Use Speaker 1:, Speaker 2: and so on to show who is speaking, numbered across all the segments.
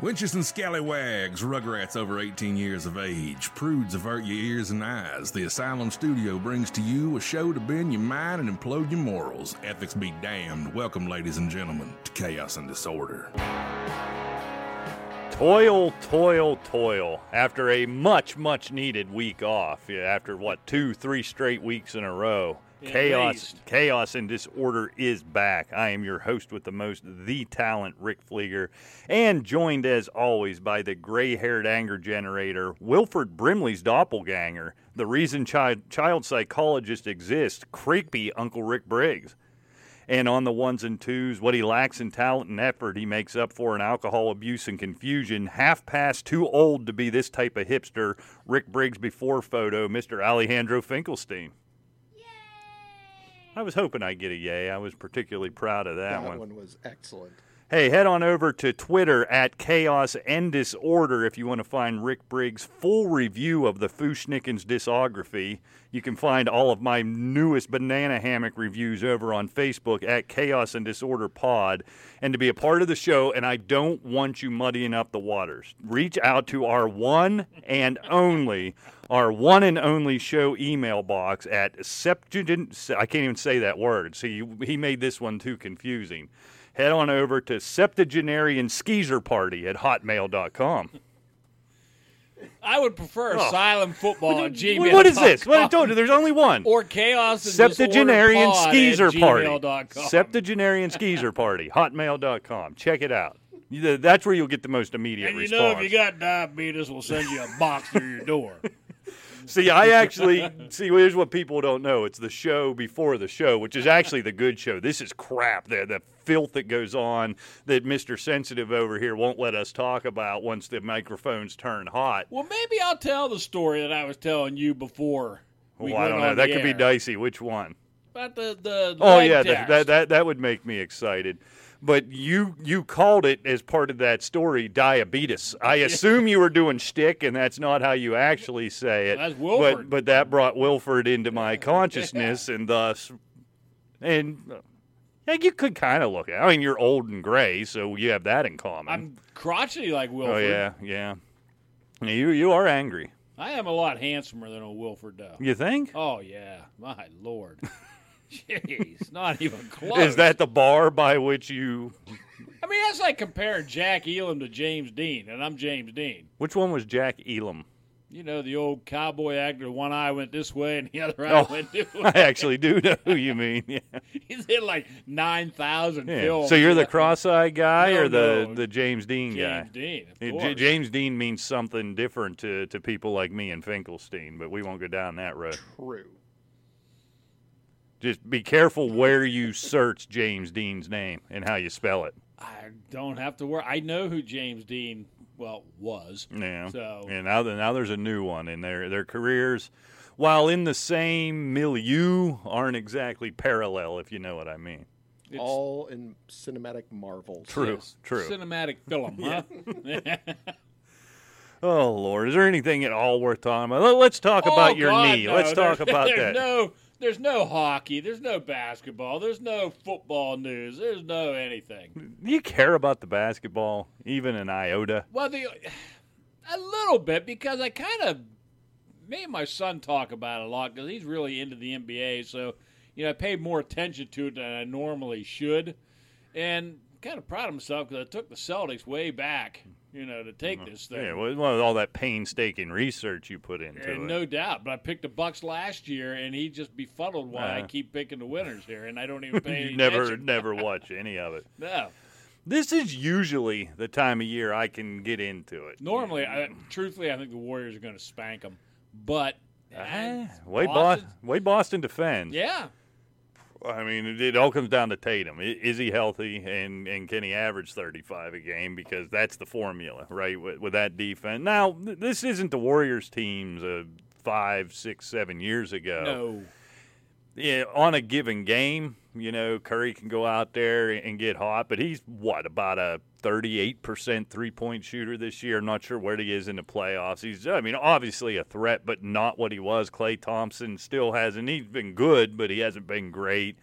Speaker 1: Witches and scallywags, rugrats over 18 years of age, prudes avert your ears and eyes. The Asylum Studio brings to you a show to bend your mind and implode your morals. Ethics be damned. Welcome, ladies and gentlemen, to Chaos and Disorder.
Speaker 2: Toil, toil, toil. After a much, much needed week off, yeah, after what, two, three straight weeks in a row, chaos,
Speaker 3: least.
Speaker 2: chaos and disorder is back. I am your host with the most, the talent, Rick Flieger, and joined as always by the gray haired anger generator, Wilfred Brimley's doppelganger, the reason child, child psychologists exist, creepy Uncle Rick Briggs. And on the ones and twos, what he lacks in talent and effort, he makes up for in alcohol abuse and confusion. Half past, too old to be this type of hipster. Rick Briggs before photo, Mr. Alejandro Finkelstein. I was hoping I'd get a yay. I was particularly proud of that,
Speaker 4: That
Speaker 2: one.
Speaker 4: one. was excellent.
Speaker 2: Hey, head on over to Twitter at Chaos and Disorder if you want to find Rick Briggs' full review of the Fushnikins discography. You can find all of my newest banana hammock reviews over on Facebook at Chaos and Disorder Pod. And to be a part of the show, and I don't want you muddying up the waters, reach out to our one and only, our one and only show email box at septuagint. I can't even say that word. See, he made this one too confusing head on over to septuagenarian skeezer party at hotmail.com
Speaker 3: I would prefer asylum football at gmail.
Speaker 2: Oh. what is this what i told you there's only one
Speaker 3: Or chaos and
Speaker 2: septuagenarian skeezer
Speaker 3: disorder pod
Speaker 2: party
Speaker 3: at gmail.com.
Speaker 2: septuagenarian skeezer party hotmail.com check it out You- that's where you'll get the most immediate
Speaker 3: and you
Speaker 2: response
Speaker 3: know if you got diabetes, we'll send you a box through your door.
Speaker 2: See, I actually see. Here's what people don't know: it's the show before the show, which is actually the good show. This is crap. The the filth that goes on that Mister Sensitive over here won't let us talk about once the microphones turn hot.
Speaker 3: Well, maybe I'll tell the story that I was telling you before. we
Speaker 2: well, Oh, I
Speaker 3: went
Speaker 2: don't know.
Speaker 3: on
Speaker 2: That
Speaker 3: the
Speaker 2: could be
Speaker 3: air.
Speaker 2: dicey. Which one?
Speaker 3: About the the
Speaker 2: Oh
Speaker 3: leg
Speaker 2: yeah,
Speaker 3: test.
Speaker 2: that, that that that would make me excited. But you you called it as part of that story diabetes. I assume you were doing shtick, and that's not how you actually say it.
Speaker 3: That's
Speaker 2: But
Speaker 3: Wilford.
Speaker 2: but that brought Wilford into my consciousness, and thus, and uh, yeah, you could kind of look at. I mean, you're old and gray, so you have that in common.
Speaker 3: I'm crotchety like
Speaker 2: oh
Speaker 3: Wilford.
Speaker 2: yeah, yeah. Yeah, You you are angry.
Speaker 3: I am a lot handsomer than old Wilford though.
Speaker 2: You think?
Speaker 3: Oh yeah, my lord. Jeez, not even close.
Speaker 2: Is that the bar by which you?
Speaker 3: I mean, that's like comparing Jack Elam to James Dean, and I'm James Dean.
Speaker 2: Which one was Jack Elam?
Speaker 3: You know, the old cowboy actor, one eye went this way and the other
Speaker 2: Oh,
Speaker 3: eye went this
Speaker 2: I
Speaker 3: way.
Speaker 2: actually do know who you mean. Yeah.
Speaker 3: He's in like 9,000
Speaker 2: Yeah.
Speaker 3: films.
Speaker 2: So you're the
Speaker 3: Yeah.
Speaker 2: cross-eyed guy
Speaker 3: No,
Speaker 2: or the,
Speaker 3: no.
Speaker 2: the James Dean
Speaker 3: James
Speaker 2: guy?
Speaker 3: Dean, of
Speaker 2: Yeah, J-
Speaker 3: course.
Speaker 2: James Dean means something different to, to people like me and Finkelstein, but we won't go down that road.
Speaker 4: True.
Speaker 2: Just be careful where you search James Dean's name and how you spell it.
Speaker 3: I don't have to worry. I know who James Dean, well, was.
Speaker 2: Yeah.
Speaker 3: So-
Speaker 2: and now th- now there's a new one, and their their careers, while in the same milieu, aren't exactly parallel, if you know what I mean.
Speaker 3: It's-
Speaker 4: All in cinematic marvels.
Speaker 2: True.
Speaker 3: yes,
Speaker 2: True.
Speaker 3: Cinematic film, huh?
Speaker 2: oh Lord, is there anything at all worth talking about? Let- Let's talk
Speaker 3: Oh,
Speaker 2: about your
Speaker 3: God,
Speaker 2: knee.
Speaker 3: no.
Speaker 2: Let's talk
Speaker 3: There's-
Speaker 2: about
Speaker 3: there's
Speaker 2: that.
Speaker 3: No, there's no hockey. There's no basketball. There's no football news. There's no anything.
Speaker 2: Do you care about the basketball, even an iota?
Speaker 3: Well, the a little bit because I kind of me and my son talk about it a lot because he's really into the NBA. So you know, I paid more attention to it than I normally should, and kind of proud of myself because I took the Celtics way back. You know, to take this thing.
Speaker 2: Mm-hmm. Yeah, well, well, all that painstaking research you put into
Speaker 3: And
Speaker 2: it.
Speaker 3: no doubt, but I picked the Bucks last year, and he just befuddled why I
Speaker 2: Uh.
Speaker 3: keep picking the winners here, and I don't even pay. any
Speaker 2: you never,
Speaker 3: attention.
Speaker 2: never watch any of it.
Speaker 3: No,
Speaker 2: This is usually the time of year I can get into it.
Speaker 3: normally, I, truthfully, I think the Warriors are going to spank them, but
Speaker 2: Ah,
Speaker 3: eh,
Speaker 2: way, Boston,
Speaker 3: Boston's-
Speaker 2: way Boston defends.
Speaker 3: yeah,
Speaker 2: I mean, it, it all comes down to Tatum. I- Is he healthy, and and can he average thirty five a game? Because that's the formula, right? With, with that defense. Now, th- this isn't the Warriors teams of five, six, seven years ago.
Speaker 3: No.
Speaker 2: Yeah, on a given game, you know, Curry can go out there and get hot, but he's what about a 38% three-point shooter this year. Not sure where he is in the playoffs. He's I mean, obviously a threat, but not what he was. Clay Thompson still hasn't he's been good, but he hasn't been great.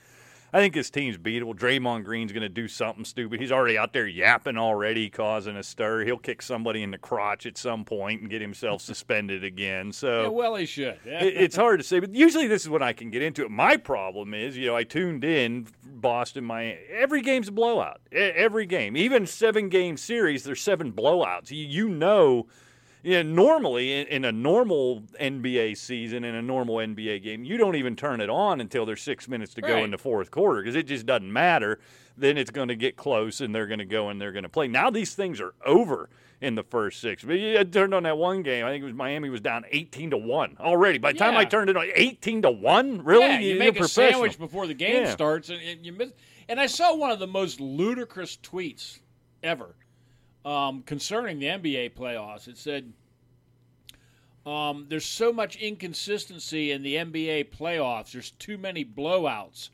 Speaker 2: I think his team's beatable. Draymond Green's going to do something stupid. He's already out there yapping already, causing a stir. He'll kick somebody in the crotch at some point and get himself suspended again. So
Speaker 3: Yeah, well, he should. Yeah.
Speaker 2: it, it's hard to say, but usually this is when I can get into it. My problem is, you know, I tuned in Boston, my every game's a blowout. E- Every game, even seven game series, there's seven blowouts. You, you know, you know, normally in, in a normal NBA season, in a normal NBA game, you don't even turn it on until there's six minutes to go
Speaker 3: Right.
Speaker 2: in the fourth quarter because it just doesn't matter. Then it's going to get close and they're going to go and they're going to play. Now these things are over in the first six. But yeah, I turned on that one game. I think it was Miami was down 18 to 1 already. By the time I
Speaker 3: Yeah.
Speaker 2: turned it on, 18 to 1? Really?
Speaker 3: Yeah, you
Speaker 2: You're
Speaker 3: make a
Speaker 2: professional.
Speaker 3: sandwich before the game
Speaker 2: Yeah.
Speaker 3: starts, and, and you miss. And I saw one of the most ludicrous tweets ever um, concerning the NBA playoffs. It said, um, "There's so much inconsistency in the NBA playoffs. There's too many blowouts.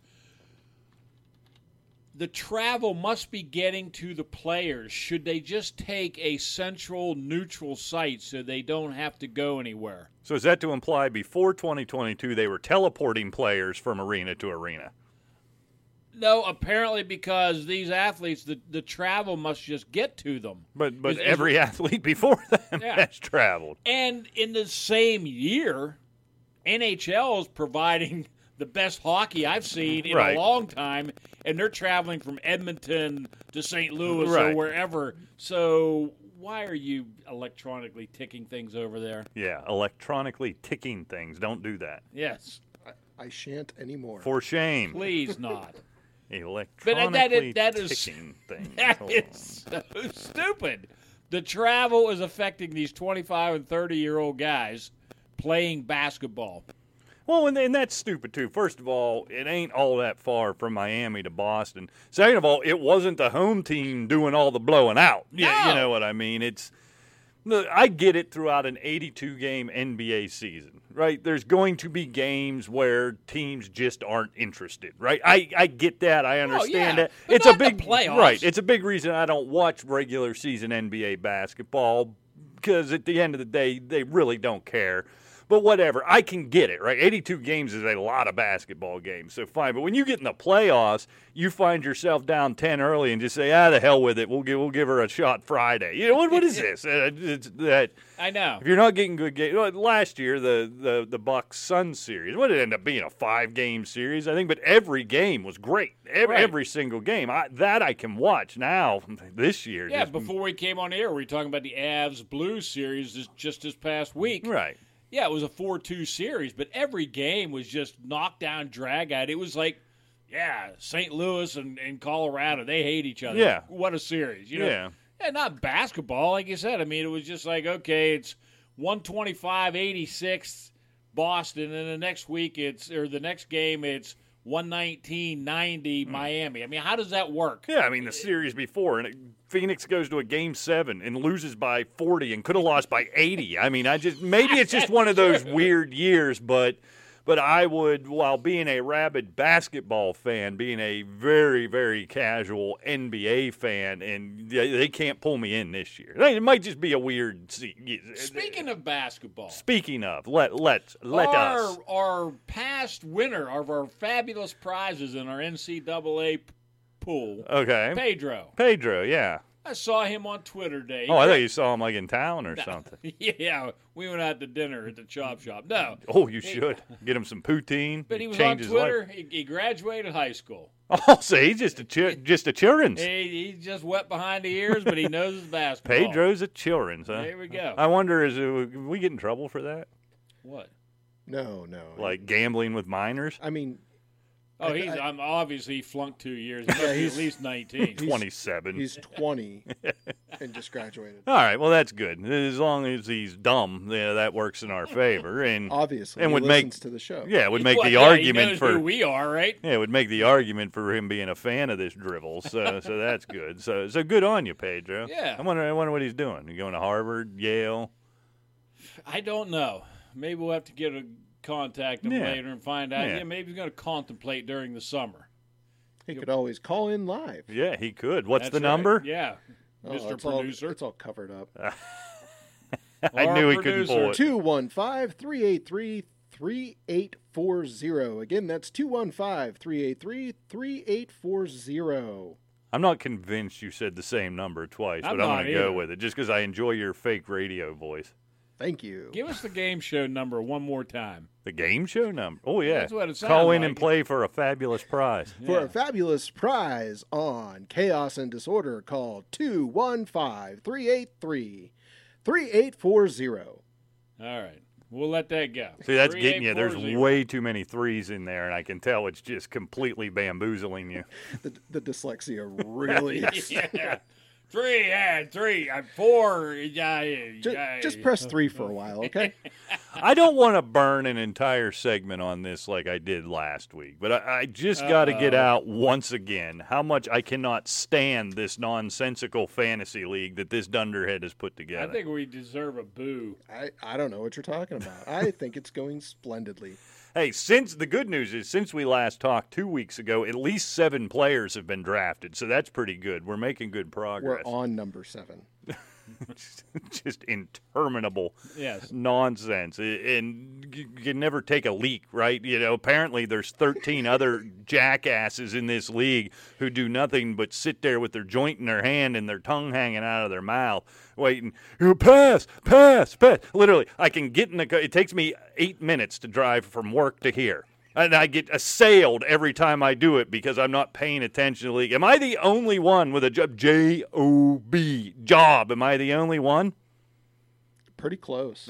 Speaker 3: The travel must be getting to the players. Should they just take a central neutral site so they don't have to go anywhere?"
Speaker 2: So is that to imply before 2022 they were teleporting players from arena to arena?
Speaker 3: No, apparently because these athletes, the, the travel must just get to them.
Speaker 2: But but
Speaker 3: Is- is-
Speaker 2: every athlete before them
Speaker 3: Yeah.
Speaker 2: has traveled.
Speaker 3: and in the same year, NHL is providing the best hockey I've seen in
Speaker 2: Right.
Speaker 3: a long time, and they're traveling from Edmonton to St. Louis
Speaker 2: Right.
Speaker 3: or wherever. So why are you electronically ticking things over there?
Speaker 2: Yeah, electronically ticking things. Don't do that.
Speaker 3: Yes,
Speaker 4: I shan't anymore.
Speaker 2: For shame.
Speaker 3: please not.
Speaker 2: Electronically
Speaker 3: that is-
Speaker 2: ticking things.
Speaker 3: That
Speaker 2: Hold on.
Speaker 3: is so stupid. The travel is affecting these 25 and 30 year old guys playing basketball.
Speaker 2: Well, and, and that's stupid too. First of all, it ain't all that far from Miami to Boston. Second of all, it wasn't the home team doing all the blowing out. Yeah, you
Speaker 3: No.
Speaker 2: know what I mean. It's look, I get it throughout an 82 game NBA season, right? There's going to be games where teams just aren't interested, right? I, I get that. I understand
Speaker 3: Oh, yeah,
Speaker 2: that.
Speaker 3: but
Speaker 2: it's
Speaker 3: not
Speaker 2: a
Speaker 3: the
Speaker 2: big
Speaker 3: playoffs.
Speaker 2: right. It's a big reason I don't watch regular season NBA basketball because at the end of the day, they really don't care. But whatever, I can get it, right? 82 games is a lot of basketball games, so fine. But when you get in the playoffs, you find yourself down 10 early and just say, ah, the hell with it. We'll give, we'll give her a shot Friday. You know, what, what is this? Uh, It's that.
Speaker 3: I know.
Speaker 2: If you're not getting good games, last year the the the Bucks Sun series, what did it end up being a five game series, I think. But every game was great. Every,
Speaker 3: Right.
Speaker 2: every single game I, that I can watch now this year.
Speaker 3: Yeah,
Speaker 2: just-
Speaker 3: before we came on air, we were talking about the Avs Blues series this, just this past week.
Speaker 2: right.
Speaker 3: Yeah, it was a 4 2 series, but every game was just knockdown, drag out. It was like, yeah, St. Louis and, and Colorado, they hate each other.
Speaker 2: Yeah.
Speaker 3: What a series. You know?
Speaker 2: Yeah.
Speaker 3: Yeah, not basketball, like you said. I mean, it was just like, okay, it's 125 86 Boston, and the next week it's, or the next game it's 119 90 Miami. I mean, how does that work?
Speaker 2: Hmm. Yeah, I mean the series before, and it- Phoenix goes to a game seven and loses by forty, and could have lost by eighty. I mean, I just maybe it's just one of those weird years, but but I would, while being a rabid basketball fan, being a very very casual NBA fan, and they, they can't pull me in this year. It might just be a weird. se-
Speaker 3: Speaking of basketball,
Speaker 2: speaking of, let let let
Speaker 3: our,
Speaker 2: us.
Speaker 3: Our past winner of our fabulous prizes in our NCAA p- pool,
Speaker 2: Okay,
Speaker 3: Pedro.
Speaker 2: Pedro. Yeah.
Speaker 3: I saw him on Twitter today.
Speaker 2: Oh, I thought you saw him like in town or something.
Speaker 3: yeah, we went out to dinner at the chop shop. No.
Speaker 2: Oh, you should get him some poutine.
Speaker 3: But he was
Speaker 2: change his
Speaker 3: on
Speaker 2: life.
Speaker 3: Twitter. He, he graduated high school.
Speaker 2: Oh, so he's just a chi- just a children's.
Speaker 3: He, he's just wet behind the ears, but he knows his basketball.
Speaker 2: Pedro's a children's, huh?
Speaker 3: There we go.
Speaker 2: I wonder is it, we get in trouble for that,
Speaker 3: What?
Speaker 4: no, no.
Speaker 2: like gambling with minors?
Speaker 4: I mean,
Speaker 3: Oh, he's I'm obviously he flunked two years. He must be at
Speaker 4: he's-
Speaker 3: least nineteen.
Speaker 2: 27.
Speaker 4: He's 20 and just graduated.
Speaker 2: All right, well that's good. As long as he's dumb, yeah, that works in our favor. And
Speaker 4: Obviously,
Speaker 2: and
Speaker 4: he
Speaker 2: would make
Speaker 4: listens to the show.
Speaker 2: yeah, it would make
Speaker 3: Well,
Speaker 2: the
Speaker 3: yeah, he
Speaker 2: argument
Speaker 3: knows
Speaker 2: for
Speaker 3: who we are, right?
Speaker 2: yeah, it would make the argument for him being a fan of this drivel. So so that's good. So so good on you, Pedro.
Speaker 3: Yeah.
Speaker 2: I wonder I wonder what he's doing. He going to Harvard, Yale.
Speaker 3: I don't know. Maybe we'll have to get a contact him
Speaker 2: Yeah.
Speaker 3: later and find out.
Speaker 2: Yeah.
Speaker 3: Yeah, maybe he's going to contemplate during the summer.
Speaker 4: He could always call in live.
Speaker 2: Yeah, he could. What's
Speaker 3: That's
Speaker 2: the
Speaker 3: right.
Speaker 2: number?
Speaker 3: Yeah,
Speaker 4: Oh,
Speaker 3: Mr.
Speaker 4: it's all-
Speaker 3: Producer.
Speaker 4: it's all covered up.
Speaker 2: I
Speaker 3: Our
Speaker 2: knew he couldn't
Speaker 3: producer.
Speaker 2: pull it.
Speaker 4: 215 383 3840. Again, that's 215 383 3840.
Speaker 2: I'm not convinced you said the same number twice,
Speaker 3: I'm
Speaker 2: but I'm
Speaker 3: not
Speaker 2: going to go
Speaker 3: either.
Speaker 2: with it just because I enjoy your fake radio voice.
Speaker 4: Thank you.
Speaker 3: Give us the game show number one more time.
Speaker 2: The game show number. Oh yeah,
Speaker 3: That's what it sounds
Speaker 2: Call in and
Speaker 3: like.
Speaker 2: play for a fabulous prize.
Speaker 4: For a fabulous prize on Chaos and Disorder, call 215 383 3840.
Speaker 3: All right, we'll let that go.
Speaker 2: See, that's getting you. There's
Speaker 3: 3840.
Speaker 2: way too many threes in there, and I can tell it's just completely bamboozling you.
Speaker 4: The, the dyslexia really.
Speaker 3: yeah. Three, yeah, three, uh, four. Yeah, yeah,
Speaker 4: just,
Speaker 3: yeah.
Speaker 4: just press three for a while, okay?
Speaker 2: I don't want to burn an entire segment on this like I did last week, but I, I just got to
Speaker 3: Uh.
Speaker 2: get out once again how much I cannot stand this nonsensical fantasy league that this dunderhead has put
Speaker 3: I
Speaker 2: together.
Speaker 3: think we deserve a boo.
Speaker 4: I, I don't know what you're talking about. I think it's going splendidly.
Speaker 2: Hey, since the good news is since we last talked two weeks ago, at least seven players have been drafted, so that's pretty good. We're making good
Speaker 4: We're
Speaker 2: progress.
Speaker 4: on number seven.
Speaker 2: Just interminable
Speaker 3: Yes.
Speaker 2: nonsense, A- and you you can never take a leak, right? You know, apparently there's 13 other jackasses in this league who do nothing but sit there with their joint in their hand and their tongue hanging out of their mouth, waiting. "Oh, Pass, pass, pass. Literally, I can get in the. ca- It takes me eight minutes to drive from work to here. And I get assailed every time I do it because I'm not paying attention to the league. Am I the only one with a job? J O B job. Am I the only one?
Speaker 4: Pretty close.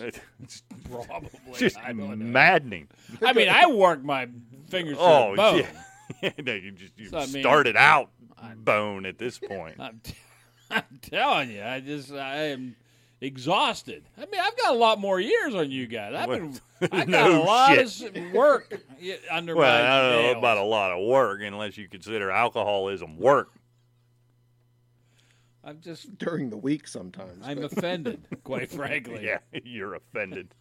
Speaker 3: Probably.
Speaker 2: just
Speaker 3: I don't know.
Speaker 2: maddening.
Speaker 3: I mean, I work my fingers to
Speaker 2: Oh,
Speaker 3: the bone.
Speaker 2: yeah. no, you just you
Speaker 3: So, I mean-
Speaker 2: started out bone at this point.
Speaker 3: I'm, t- I'm telling you, I just I am exhausted. I mean, I've got a lot more years on you guys. I've been I got
Speaker 2: No
Speaker 3: a lot
Speaker 2: shit.
Speaker 3: of s- work y- under
Speaker 2: well,
Speaker 3: my
Speaker 2: I don't know
Speaker 3: nails.
Speaker 2: about a lot of work unless you consider alcoholism work.
Speaker 3: I'm just
Speaker 4: During the week sometimes.
Speaker 3: I'm
Speaker 4: but-
Speaker 3: offended, quite frankly.
Speaker 2: Yeah, you're offended.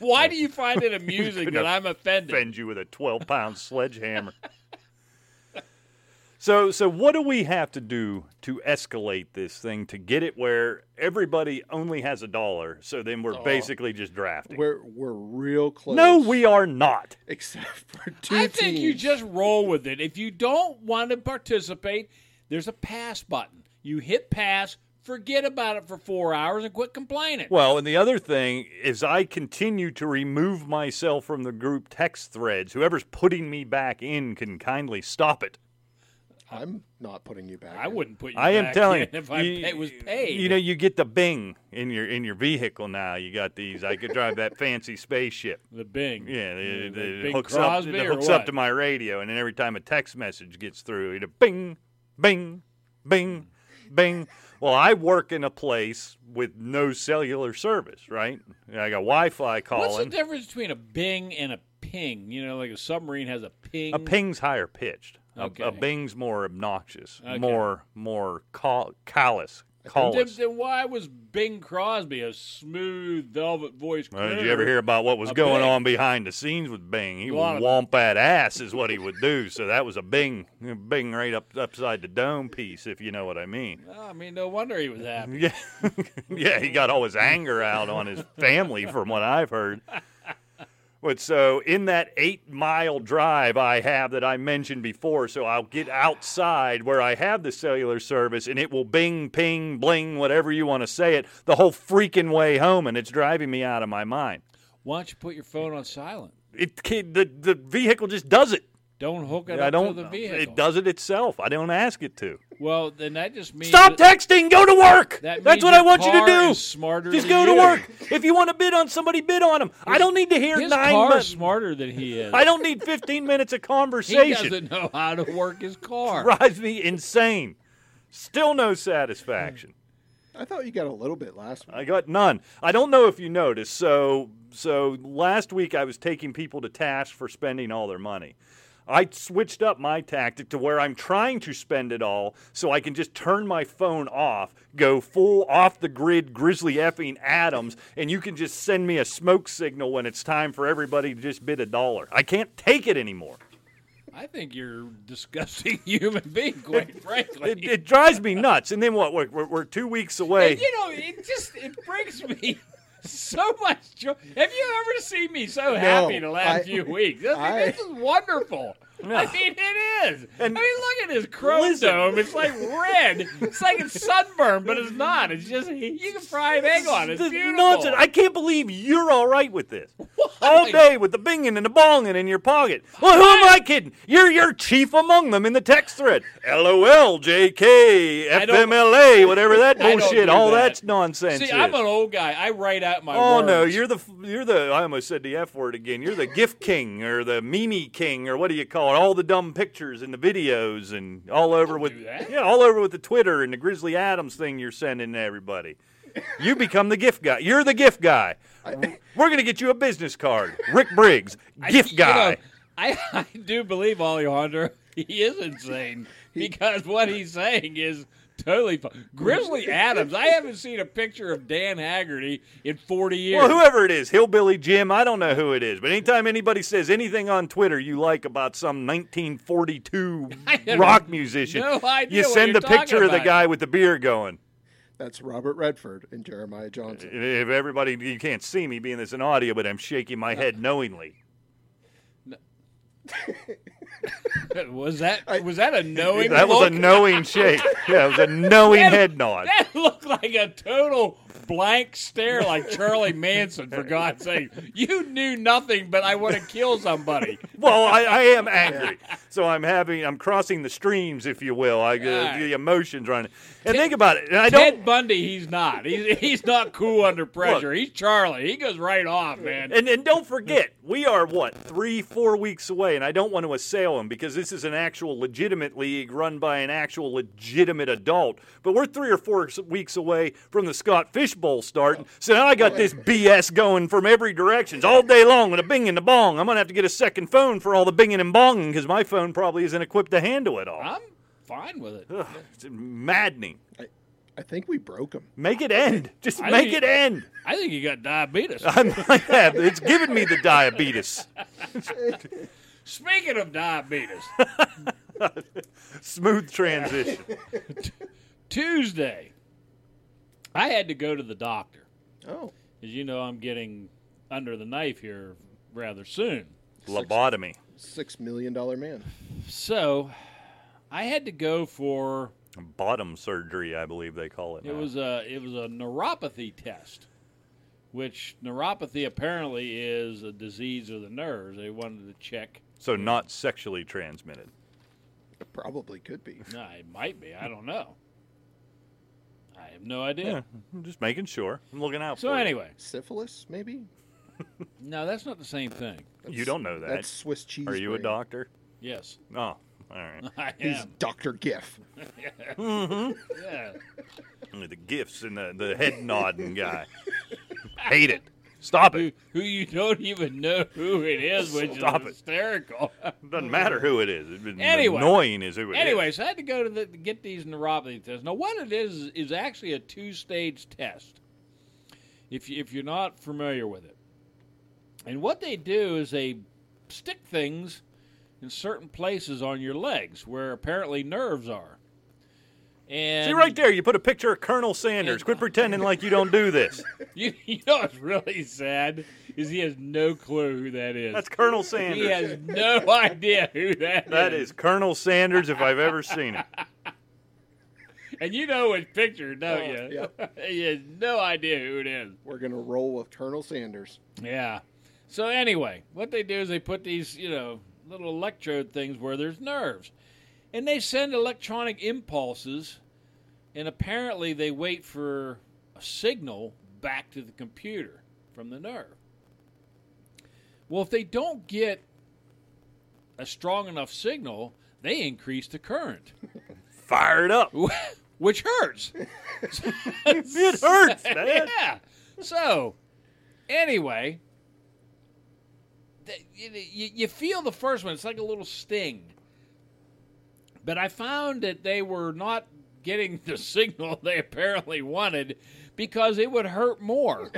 Speaker 3: Why do you find it amusing that I'm offended?
Speaker 2: Offend you with a 12 pound sledgehammer. So, so what do we have to do to escalate this thing to get it where everybody only has a dollar? So then
Speaker 3: Oh.
Speaker 2: we're basically just drafting.
Speaker 4: we're, we're real close.
Speaker 2: no, we are not.
Speaker 4: Except for two
Speaker 3: I think you
Speaker 4: teams.
Speaker 3: just roll with it. If you don't want to participate, there's a pass button. You hit pass, forget about it for four hours, and quit complaining.
Speaker 2: Well, and the other thing is, I continue to remove myself from the group text threads. Whoever's putting me back in can kindly stop it.
Speaker 4: I'm not putting you back.
Speaker 3: I
Speaker 4: in.
Speaker 3: wouldn't put you.
Speaker 2: I am
Speaker 3: back
Speaker 2: telling
Speaker 3: in
Speaker 2: you,
Speaker 3: if I
Speaker 2: you-
Speaker 3: pay- was paid.
Speaker 2: You know, you get the Bing in your in your vehicle now. You got these. I could drive that fancy spaceship.
Speaker 3: the Bing.
Speaker 2: Yeah, it,
Speaker 3: the
Speaker 2: it
Speaker 3: Bing
Speaker 2: hooks
Speaker 3: Crosby
Speaker 2: up. It
Speaker 3: or
Speaker 2: hooks
Speaker 3: what?
Speaker 2: up to my radio, and then every time a text message gets through, it bing, bing, bing, bing. Well, I work in a place with no cellular service, right? I got Wi-Fi calling.
Speaker 3: What's the difference between a Bing and a ping? You know, like a submarine has a ping.
Speaker 2: A ping's higher pitched. A, a
Speaker 3: Okay.
Speaker 2: bing's more obnoxious,
Speaker 3: Okay.
Speaker 2: more more call, callous,
Speaker 3: Then,
Speaker 2: callous.
Speaker 3: then why was Bing Crosby a smooth velvet voice?
Speaker 2: Well, Uh, did
Speaker 3: crooner?
Speaker 2: you ever hear about what was
Speaker 3: A
Speaker 2: going
Speaker 3: Bing.
Speaker 2: on behind the scenes with Bing? He would
Speaker 3: lot of-
Speaker 2: womp that ass, is what he would do. So that was a Bing, Bing right up upside the dome piece, if you know what I mean.
Speaker 3: Oh, I mean, no wonder he was happy.
Speaker 2: Yeah, yeah, he got all his anger out on his family, from what I've heard. But so in that eight mile drive I have that I mentioned before, so I'll get outside where I have the cellular service, and it will bing, ping, bling, whatever you want to say it, the whole freaking way home, and it's driving me out of my mind.
Speaker 3: Why don't you put your phone on silent?
Speaker 2: It can, the the vehicle just does it.
Speaker 3: Don't hook it
Speaker 2: I
Speaker 3: up
Speaker 2: don't.
Speaker 3: to the vehicle.
Speaker 2: It does it itself. I don't ask it to.
Speaker 3: Well, then that just means
Speaker 2: Stop texting. Go to work.
Speaker 3: That means
Speaker 2: That's what I
Speaker 3: your
Speaker 2: want you to
Speaker 3: car
Speaker 2: do.
Speaker 3: is smarter
Speaker 2: Just go
Speaker 3: than
Speaker 2: to
Speaker 3: you.
Speaker 2: work. If you want to bid on somebody, bid on them. I don't need to hear
Speaker 3: his
Speaker 2: nine.
Speaker 3: car's
Speaker 2: months.
Speaker 3: smarter than he is.
Speaker 2: I don't need 15 minutes of
Speaker 3: he
Speaker 2: conversation.
Speaker 3: doesn't know how to work his car.
Speaker 2: Drives me insane. Still no satisfaction.
Speaker 4: I thought you got a little bit last week.
Speaker 2: I got none. I don't know if you noticed. So, so last week I was taking people to task for spending all their money. I switched up my tactic to where I'm trying to spend it all so I can just turn my phone off, go full off the grid grizzly effing Adams, and you can just send me a smoke signal when it's time for everybody to just bid a dollar. I can't take it anymore.
Speaker 3: I think you're a disgusting human being, quite frankly.
Speaker 2: It, it drives me nuts. And then what? We're, we're, we're two weeks away.
Speaker 3: And, you know, it just it brings me so much joy. Have you ever seen me so happy the last
Speaker 4: I-
Speaker 3: few weeks? This,
Speaker 4: I-
Speaker 3: this is wonderful. I mean, it is.
Speaker 2: And-
Speaker 3: I mean, look at his chrome
Speaker 2: Listen.
Speaker 3: dome. It's like red. it's like it's sunburned, but it's not. It's just you can fry an egg on it. It's
Speaker 2: This
Speaker 3: beautiful.
Speaker 2: nonsense. I can't believe you're all right with this. All day with the binging and the bonging in your pocket. Well, who am I kidding? You're your chief among them in the text thread. LOL, JK,
Speaker 3: I don't-
Speaker 2: FMLA, whatever that
Speaker 3: I don't
Speaker 2: bullshit.
Speaker 3: do
Speaker 2: All
Speaker 3: that.
Speaker 2: that's nonsense.
Speaker 3: See,
Speaker 2: is.
Speaker 3: I'm an old guy. I write out my
Speaker 2: Oh
Speaker 3: words.
Speaker 2: no, you're the you're the I almost said the F word again. You're the gift king or the meme king or what do you call it? All the dumb pictures and the videos and all over with
Speaker 3: do that.
Speaker 2: yeah, all over with the Twitter and the Grizzly Adams thing you're sending to everybody. You become the gift guy. You're the gift guy. We're gonna get you a business card, Rick Briggs,
Speaker 3: I-
Speaker 2: gift
Speaker 3: you know,
Speaker 2: guy.
Speaker 3: I, I do believe Alejandro. He is insane because what he's saying is totally fu- Grizzly Adams. I haven't seen a picture of Dan Haggerty in 40 years.
Speaker 2: Well, whoever it is, Hillbilly Jim, I don't know who it is, but anytime anybody says anything on Twitter you like about some 1942
Speaker 3: I have
Speaker 2: rock musician,
Speaker 3: no idea
Speaker 2: you
Speaker 3: what
Speaker 2: send
Speaker 3: you're
Speaker 2: the
Speaker 3: talking
Speaker 2: picture of the
Speaker 3: about.
Speaker 2: guy with the beer going.
Speaker 4: That's Robert Redford and Jeremiah Johnson.
Speaker 2: If everybody, you can't see me being this in audio, but I'm shaking my head knowingly.
Speaker 3: was that was that a knowing?
Speaker 2: That was a
Speaker 3: look?
Speaker 2: knowing shake. Yeah, it was a knowing head nod.
Speaker 3: That looked like a total blank stare, like Charlie Manson. For God's sake, you knew nothing, but I want to kill somebody.
Speaker 2: Well, I, I am angry, so I'm having, I'm crossing the streams, if you will. I, uh,
Speaker 3: right.
Speaker 2: The emotions running. And think about it. And I don't.
Speaker 3: Ted Bundy, he's not. He's he's not cool under pressure. he's Charlie. He goes right off, man.
Speaker 2: And, and don't forget, we are what three, four weeks away, and I don't want to assail him because this is an actual legitimate league run by an actual legitimate adult. But we're three or four s- weeks away from the Scott Fish Bowl starting, so now I got this BS going from every direction all day long with a bing and a bong. I'm gonna have to get a second phone for all the binging and bonging because my phone probably isn't equipped to handle it all.
Speaker 3: I'm fine with it.
Speaker 2: Ugh, it's maddening.
Speaker 4: I think we broke him.
Speaker 2: Make it end. Just
Speaker 3: I
Speaker 2: make
Speaker 3: think-
Speaker 2: it end.
Speaker 3: I think you got diabetes.
Speaker 2: I might have. It's giving me the diabetes.
Speaker 3: Speaking of diabetes,
Speaker 2: Smooth transition.
Speaker 3: Tuesday, I had to go to the doctor.
Speaker 4: Oh,
Speaker 3: As you know, I'm getting under the knife here rather soon.
Speaker 2: Lobotomy.
Speaker 4: six million dollar man.
Speaker 3: So I had to go for
Speaker 2: Bottom surgery, I believe they call it.
Speaker 3: it
Speaker 2: now.
Speaker 3: was a it was a neuropathy test, which neuropathy apparently is a disease of the nerves. They wanted to check.
Speaker 2: so not sexually transmitted.
Speaker 4: It probably could be.
Speaker 3: No, it might be. I don't know. I have no idea.
Speaker 2: I'm just making sure. I'm looking out
Speaker 3: So
Speaker 2: for you.
Speaker 3: anyway,
Speaker 4: Syphilis, maybe.
Speaker 3: no, that's not the same thing.
Speaker 2: You don't know that.
Speaker 4: That's Swiss cheese.
Speaker 2: Are you a
Speaker 4: brain.
Speaker 2: doctor?
Speaker 3: Yes,
Speaker 2: Oh, all right.
Speaker 3: I
Speaker 4: He's
Speaker 3: am.
Speaker 4: Doctor Giff.
Speaker 3: Yeah.
Speaker 2: Only the gifts and the, the head nodding guy. Hate it. Stop
Speaker 3: Who,
Speaker 2: it.
Speaker 3: who you don't even know who it is, which
Speaker 2: Stop it.
Speaker 3: is hysterical.
Speaker 2: Doesn't matter who it is. It's
Speaker 3: Anyway.
Speaker 2: annoying is who it is.
Speaker 3: anyway, so I had to go to, the, to get these neuropathy tests. Now, what it is is actually a two-stage test. If you, if you're not familiar with it, and what they do is they stick things in certain places on your legs where apparently nerves are. And
Speaker 2: See right there, you put a picture of Colonel Sanders. Quit pretending like you don't do this.
Speaker 3: You, you know what's really sad is he has no clue who that is.
Speaker 2: That's Colonel
Speaker 3: he
Speaker 2: Sanders.
Speaker 3: has no idea who that,
Speaker 2: That is Colonel Sanders if I've ever seen it.
Speaker 3: And you know his picture, don't
Speaker 4: Oh,
Speaker 3: you? he has no idea who it is.
Speaker 4: We're gonna roll with Colonel Sanders.
Speaker 3: Yeah. So anyway, what they do is they put these, you know, little electrode things where there's nerves. And they send electronic impulses, and apparently they wait for a signal back to the computer from the nerve. Well, if they don't get a strong enough signal, they increase the current,
Speaker 2: Fired up.
Speaker 3: which hurts.
Speaker 2: It hurts, man.
Speaker 3: yeah. So, anyway, th- you, you you feel the first one. It's like a little sting. But I found that they were not getting the signal they apparently wanted because it would hurt more.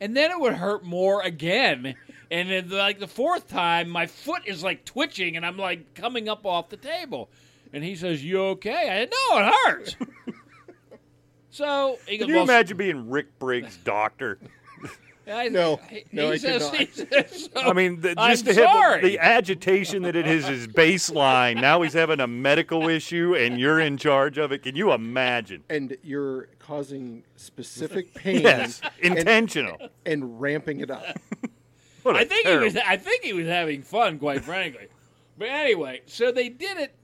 Speaker 3: and then it would hurt more again. And then, like the fourth time, my foot is like twitching and I'm like coming up off the table. And he says, You okay? I said, No, it hurts. so he goes,
Speaker 2: Can you
Speaker 3: "Well,
Speaker 2: imagine being Rick Briggs' doctor?
Speaker 3: I,
Speaker 4: No, no, I could
Speaker 3: says,
Speaker 4: not.
Speaker 3: He says, so,
Speaker 2: I mean, the,
Speaker 3: I'm
Speaker 2: just to
Speaker 3: sorry.
Speaker 2: hit the, the agitation that it is his baseline. Now he's having a medical issue, and you're in charge of it. Can you imagine?
Speaker 4: And you're causing specific pain
Speaker 2: Yes,
Speaker 4: and,
Speaker 2: intentional.
Speaker 4: and ramping it up.
Speaker 2: What a
Speaker 3: I think
Speaker 2: terrible-
Speaker 3: he was. I think he was having fun, quite frankly. But anyway, so they did it,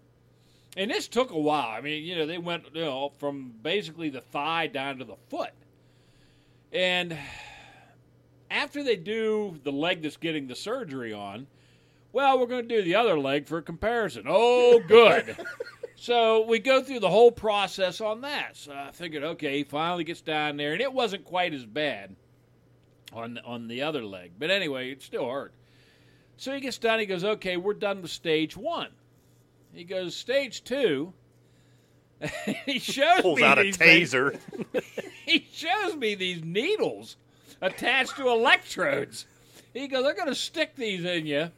Speaker 3: and this took a while. I mean, you know, they went you know, from basically the thigh down to the foot, and after they do the leg that's getting the surgery on, well, we're going to do the other leg for comparison. Oh, good. so we go through the whole process on that. So I figured, okay, he finally gets down there, and it wasn't quite as bad on on the other leg. But anyway, it still hurt. So he gets done. He goes, "Okay, we're done with stage one." He goes, "Stage two. he shows
Speaker 2: pulls
Speaker 3: me
Speaker 2: out a
Speaker 3: these things
Speaker 2: taser.
Speaker 3: he shows me these needles attached to electrodes. He goes, I'm going to stick these in you.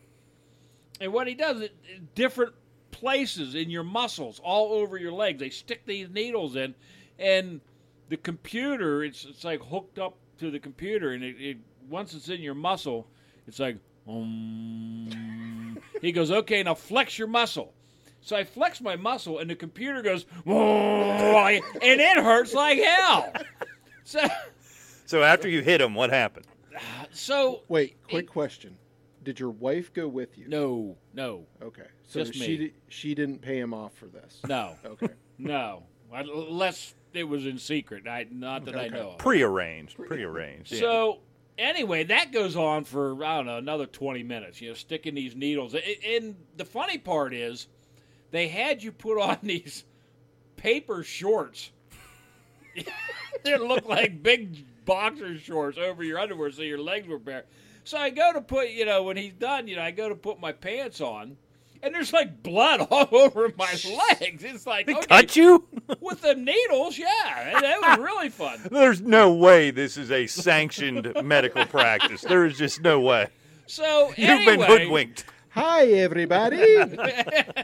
Speaker 3: And what he does, it, it- different places in your muscles, all over your legs, they stick these needles in. And the computer, it's, it's like hooked up to the computer. And it, it once it's in your muscle, it's like, um. he goes, okay, now flex your muscle. So I flex my muscle, and the computer goes, and it hurts like hell. So,
Speaker 2: So after you hit him, what happened?
Speaker 3: so
Speaker 4: Wait, quick question. Did your wife go with you?
Speaker 3: no, no,
Speaker 4: Okay. So
Speaker 3: Just
Speaker 4: she
Speaker 3: me.
Speaker 4: di- she didn't pay him off for this.
Speaker 3: no,
Speaker 4: Okay.
Speaker 3: no. Unless it was in secret, I, not that I know of.
Speaker 2: Prearranged. Prearranged. yeah.
Speaker 3: So anyway, that goes on for I don't know another twenty minutes. You know, sticking these needles. A- And the funny part is, they had you put on these paper shorts. they look like big boxer shorts over your underwear, so your legs were bare. So I go to put, you know, when he's done, you know, I go to put my pants on, and there's like blood all over my legs. It's like
Speaker 2: they
Speaker 3: okay,
Speaker 2: cut you?
Speaker 3: with the needles, yeah, that was really fun.
Speaker 2: There's no way this is a sanctioned medical practice. There is just no way.
Speaker 3: So
Speaker 2: You've
Speaker 3: anyway,
Speaker 2: been hoodwinked.
Speaker 4: Hi everybody.
Speaker 3: yeah,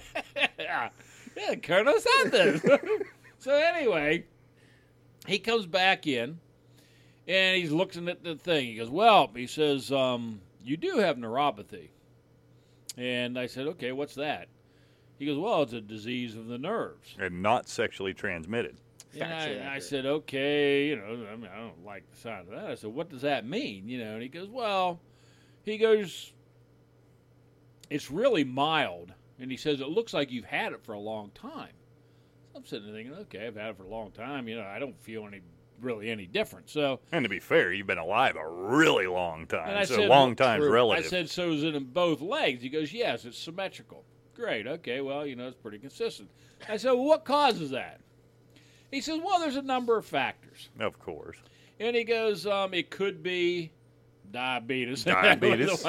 Speaker 3: yeah, Colonel Sanders. so anyway, he comes back in, and he's looking at the thing. He goes, "Well," he says, um, "You do have neuropathy," and I said, "Okay, what's that?" He goes, "Well, it's a disease of the nerves."
Speaker 2: And not sexually transmitted.
Speaker 3: And I,
Speaker 4: Factually
Speaker 3: and I
Speaker 4: accurate.
Speaker 3: said, okay, you know, I, mean, I don't like the sound of that. I said, what does that mean? You know, and he goes, well, he goes, it's really mild. And he says, it looks like you've had it for a long time. So I'm sitting there thinking, okay, I've had it for a long time. You know, I don't feel any really any different. So
Speaker 2: And to be fair, you've been alive a really long
Speaker 3: And I
Speaker 2: time. Uh, So
Speaker 3: said-
Speaker 2: long time's
Speaker 4: True. I
Speaker 2: relative.
Speaker 3: I said, so is it in both legs? He goes, yes, it's symmetrical. Great. Okay. Well, you know, it's pretty consistent. I said, well, what causes that? He says, well, there's a number of factors.
Speaker 2: of course.
Speaker 3: And he goes, um, it could be diabetes.
Speaker 2: Diabetes.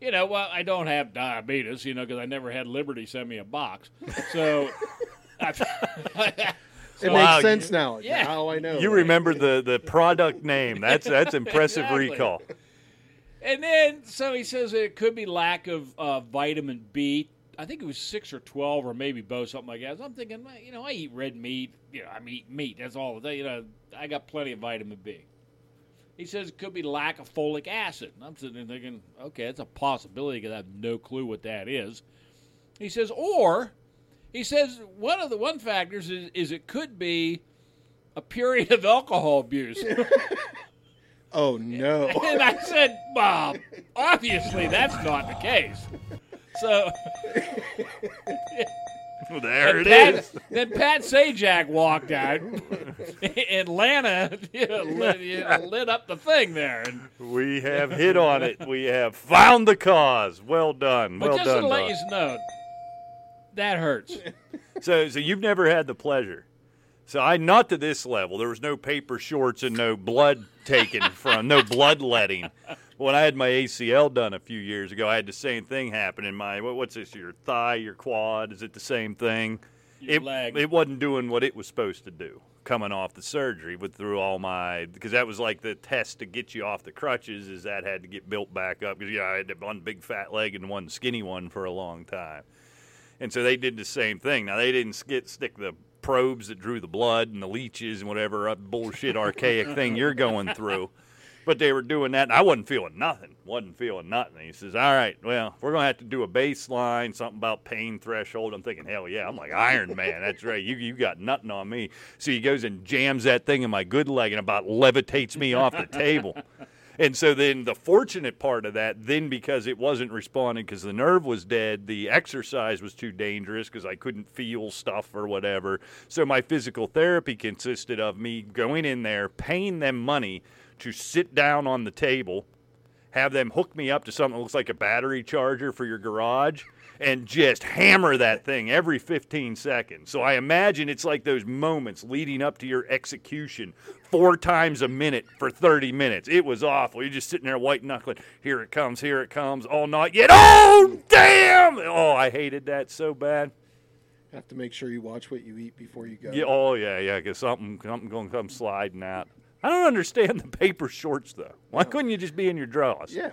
Speaker 3: you know, well, I don't have diabetes, you know, because I never had Liberty send me a box. So, I-
Speaker 4: It
Speaker 2: Wow,
Speaker 4: makes sense now.
Speaker 3: yeah.
Speaker 4: Now I know.
Speaker 2: You
Speaker 4: right?
Speaker 2: remember the, the product name. That's that's impressive
Speaker 3: Exactly.
Speaker 2: recall.
Speaker 3: and then, so he says it could be lack of uh, vitamin B. I think it was six or twelve, or maybe both, something like that. So I'm thinking, "Man, you know, I eat red meat. You know, I eat meat. That's all the day. You know, I got plenty of vitamin B. He says it could be lack of folic acid. And I'm sitting there thinking, okay, that's a possibility because I have no clue what that is. He says, or he says one of the one factors is, is it could be a period of alcohol abuse.
Speaker 4: Oh no.
Speaker 3: And I said, Bob, obviously that's not the case. So
Speaker 2: there it
Speaker 3: Pat,
Speaker 2: is.
Speaker 3: Then Pat Sajak walked out, and Lana you know, lit, you know, lit up the thing there. And,
Speaker 2: We have hit on it. We have found the cause. Well done.
Speaker 3: but
Speaker 2: well
Speaker 3: just
Speaker 2: done.
Speaker 3: to let
Speaker 2: Doc.
Speaker 3: you know, that hurts.
Speaker 2: So, so you've never had the pleasure. So I not to this level. There was no paper shorts and no blood taken from, no bloodletting. When I had my ACL done a few years ago, I had the same thing happen in my what, what's this? Your thigh, your quad? Is it the same thing?
Speaker 3: Your
Speaker 2: it,
Speaker 3: leg.
Speaker 2: it wasn't doing what it was supposed to do coming off the surgery with through all my because that was like the test to get you off the crutches is that had to get built back up because you know, I had one big fat leg and one skinny one for a long time. And so they did the same thing. Now they didn't skit, stick the probes that drew the blood and the leeches and whatever uh, bullshit archaic thing you're going through. But they were doing that, and I wasn't feeling nothing. wasn't feeling nothing. He says, "All right, well, we're gonna have to do a baseline, something about pain threshold." I'm thinking, "Hell yeah!" I'm like Iron Man. That's right. You you got nothing on me. So he goes and jams that thing in my good leg and about levitates me off the table. And so then the fortunate part of that, then because it wasn't responding because the nerve was dead, the exercise was too dangerous because I couldn't feel stuff or whatever. So my physical therapy consisted of me going in there, paying them money to sit down on the table, have them hook me up to something that looks like a battery charger for your garage. And just hammer that thing every 15 seconds. So I imagine it's like those moments leading up to your execution four times a minute for 30 minutes. It was awful. You're just sitting there white knuckling. Here it comes, here it comes, all night. Yet, oh, damn! Oh, I hated that so bad.
Speaker 4: Have to make sure you watch what you eat before you go.
Speaker 2: Yeah, oh, yeah, yeah, because something, something going to come sliding out. I don't understand the paper shorts, though. Why couldn't you just be in your drawers?
Speaker 4: Yeah.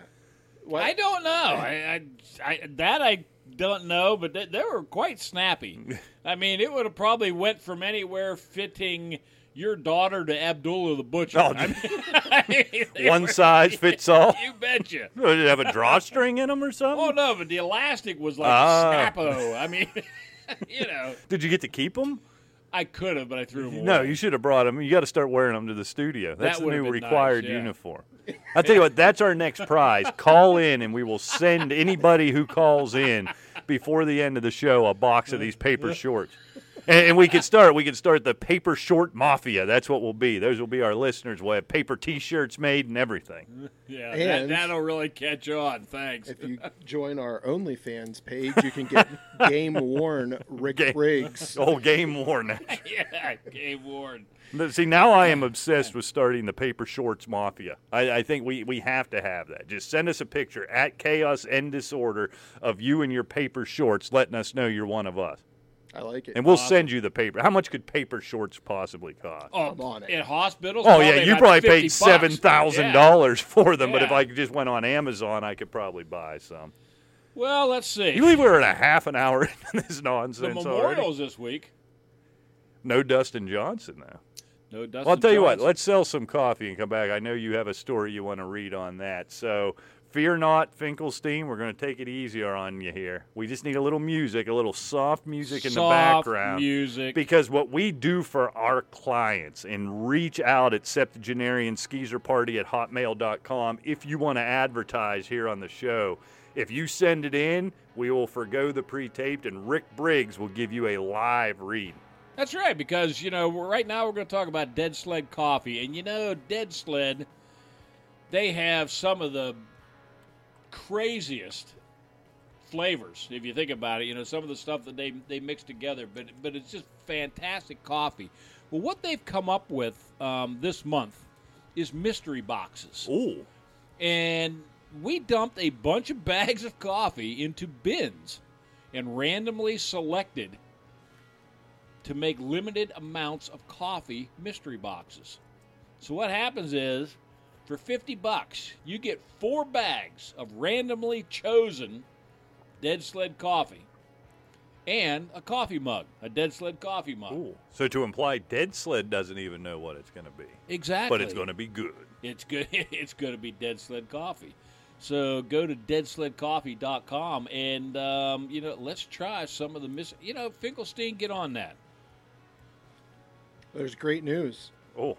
Speaker 4: Why-
Speaker 3: I don't know. I, I, I that I don't know, but they, they were quite snappy. I mean, it would have probably went from anywhere fitting your daughter to Abdullah the butcher.
Speaker 2: Oh,
Speaker 3: I mean, they
Speaker 2: One
Speaker 3: were-
Speaker 2: size fits all.
Speaker 3: You betcha.
Speaker 2: Did it have a drawstring in them or
Speaker 3: Oh
Speaker 2: something?
Speaker 3: no, but the elastic was like
Speaker 2: Ah.
Speaker 3: Snappo. I mean, you know,
Speaker 2: Did you get to keep them?
Speaker 3: I could have, but I threw them away.
Speaker 2: No, you should have brought them. You got to start wearing them to the studio. That's the
Speaker 3: would've
Speaker 2: new
Speaker 3: been nice,
Speaker 2: required
Speaker 3: yeah.
Speaker 2: uniform. I'll tell you what, that's our next prize. Call in and we will send anybody who calls in before the end of the show a box of these paper shorts. And, and we could start. We could start the paper short mafia. That's what we'll be. Those will be our listeners. We'll have paper T-shirts made and everything.
Speaker 3: Yeah, that,
Speaker 4: And-
Speaker 3: that'll really catch on. Thanks.
Speaker 4: If you join our OnlyFans page, you can get game worn Rick
Speaker 2: Game-
Speaker 4: Briggs.
Speaker 2: Oh, game worn.
Speaker 3: yeah, Gabe Ward.
Speaker 2: But See, now I am obsessed with starting the paper shorts mafia. I, I think we, we have to have that. Just send us a picture at chaos and disorder of you and your paper shorts, letting us know you're one of us,
Speaker 4: I like it.
Speaker 2: and we'll send you the paper. How much could paper shorts possibly cost?
Speaker 3: Oh,
Speaker 4: I'm on it.
Speaker 3: In hospitals?
Speaker 2: Oh yeah,
Speaker 3: they
Speaker 2: you
Speaker 3: got
Speaker 2: probably
Speaker 3: 50
Speaker 2: paid
Speaker 3: bucks.
Speaker 2: seven thousand
Speaker 3: Yeah.
Speaker 2: dollars for them. But if
Speaker 3: Yeah.
Speaker 2: I just went on Amazon, I could probably buy some.
Speaker 3: Well, let's see.
Speaker 2: You believe we're at a half an hour in this
Speaker 3: the
Speaker 2: nonsense already?
Speaker 3: memorials this week.
Speaker 2: No Dustin Johnson though.
Speaker 3: No Dustin
Speaker 2: Well, I'll tell you what.
Speaker 3: Johnson.
Speaker 2: Let's sell some coffee and come back. I know you have a story you want to read on that. So fear not, Finkelstein. We're going to take it easier on you here. We just need a little music, a little soft music in the
Speaker 3: Soft
Speaker 2: background.
Speaker 3: music.
Speaker 2: Because what we do for our clients and reach out at septuagenarian skeezer party at hotmail.com if you want to advertise here on the show. If you send it in, we will forgo the pre taped and Rick Briggs will give you a live read.
Speaker 3: That's right, because, you know, we're- right now we're going to talk about Dead Sled Coffee. And, you know, Dead Sled, they have some of the craziest flavors, if you think about it. You know, some of the stuff that they, they mix together, but, but it's just fantastic coffee. Well, what they've come up with um, this month is mystery boxes.
Speaker 2: Ooh.
Speaker 3: and we dumped a bunch of bags of coffee into bins and randomly selected to make limited amounts of coffee mystery boxes. So what happens is for 50 bucks, you get 4 bags of randomly chosen dead sled coffee and a coffee mug, a dead sled coffee mug.
Speaker 2: So to imply Dead Sled doesn't even know what it's going to be,
Speaker 3: Exactly.
Speaker 2: but it's going to be good.
Speaker 3: It's good. It's going to be Dead Sled Coffee. So go to deadsledcoffee.com and um, you know let's try some of the miss. You know Finkelstein, get on that.
Speaker 4: There's great news.
Speaker 2: Oh,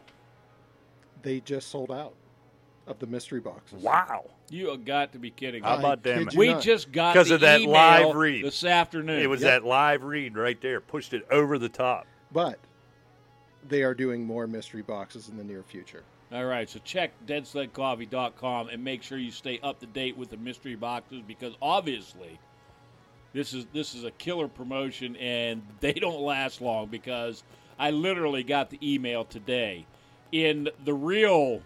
Speaker 4: They just sold out of the mystery boxes.
Speaker 2: Wow.
Speaker 3: You have got to be kidding me.
Speaker 2: How about
Speaker 4: kid
Speaker 2: them?
Speaker 4: you
Speaker 3: we
Speaker 4: not.
Speaker 3: just got
Speaker 2: 'Cause
Speaker 3: the
Speaker 2: of that
Speaker 3: email
Speaker 2: live read.
Speaker 3: this afternoon.
Speaker 2: It was
Speaker 4: Yep.
Speaker 2: that live read right there, pushed it over the top.
Speaker 4: But they are doing more mystery boxes in the near future.
Speaker 3: all right. So check deadsled.coffee.com and make sure you stay up to date with the mystery boxes because obviously this is this is a killer promotion and they don't last long because I literally got the email today in the real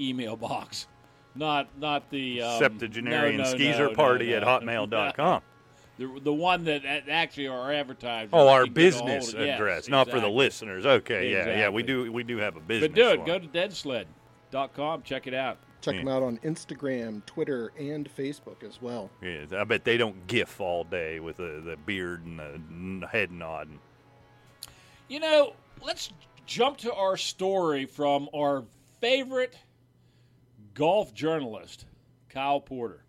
Speaker 3: email box, not not the um,
Speaker 2: Septuagenarian
Speaker 3: no, no,
Speaker 2: skeezer
Speaker 3: no,
Speaker 2: party
Speaker 3: no,
Speaker 2: at
Speaker 3: no.
Speaker 2: hotmail.com.
Speaker 3: The, the one that a- actually our advertisers.
Speaker 2: Oh, our
Speaker 3: can get a hold
Speaker 2: business
Speaker 3: of. Yes,
Speaker 2: address, not for the
Speaker 3: exactly.
Speaker 2: listeners. Okay, yeah, yeah, we
Speaker 3: Exactly.
Speaker 2: do we do have a business.
Speaker 3: But do it.
Speaker 2: one.
Speaker 3: Go to deadsled.com. Check it out.
Speaker 4: Check
Speaker 2: Yeah.
Speaker 4: them out on Instagram, Twitter, and Facebook as well.
Speaker 2: Yeah, I bet they don't gif all day with the, the beard and the n- head nodding.
Speaker 3: You know, let's jump to our story from our favorite golf journalist, Kyle Porter.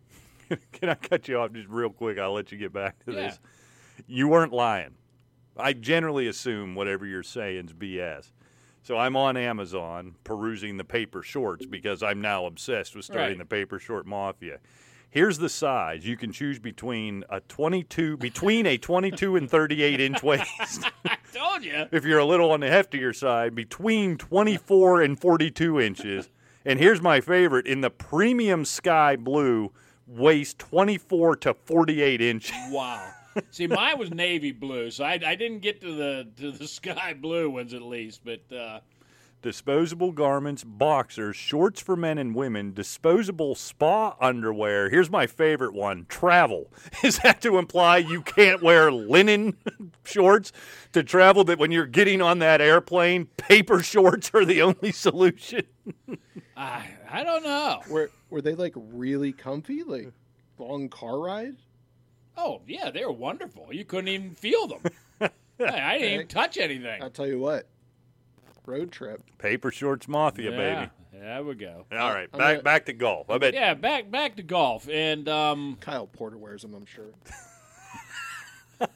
Speaker 2: Can I cut you off just real quick? I'll let you get back to
Speaker 3: Yeah.
Speaker 2: this. You weren't lying. I generally assume whatever you're saying's BS. So I'm on Amazon perusing the paper shorts because I'm now obsessed with starting
Speaker 3: Right.
Speaker 2: the paper short mafia. Here's the size you can choose between a 22 between a 22 and 38 inch waist.
Speaker 3: Told you.
Speaker 2: if you're a little on the heftier side, between 24 and 42 inches. And here's my favorite in the premium sky blue, weighs 24 to 48 inches.
Speaker 3: Wow. See, mine was navy blue, so I, I didn't get to the to the sky blue ones at least. But uh,
Speaker 2: Disposable garments, boxers, shorts for men and women, disposable spa underwear. Here's my favorite one travel. Is that to imply you can't wear linen shorts to travel? That when you're getting on that airplane, paper shorts are the only solution?
Speaker 3: I I don't know.
Speaker 4: Were were they like really comfy, like long car ride?
Speaker 3: Oh yeah, they were wonderful. You couldn't even feel them. Hey, I didn't even touch anything.
Speaker 4: I'll tell you what, road trip.
Speaker 2: Paper shorts mafia, baby.
Speaker 3: Yeah, there we go.
Speaker 2: All right,
Speaker 4: I'm
Speaker 2: back
Speaker 4: not-
Speaker 2: back to golf. I bet
Speaker 3: Yeah, back back to golf, and um,
Speaker 4: Kyle Porter wears them, I'm sure.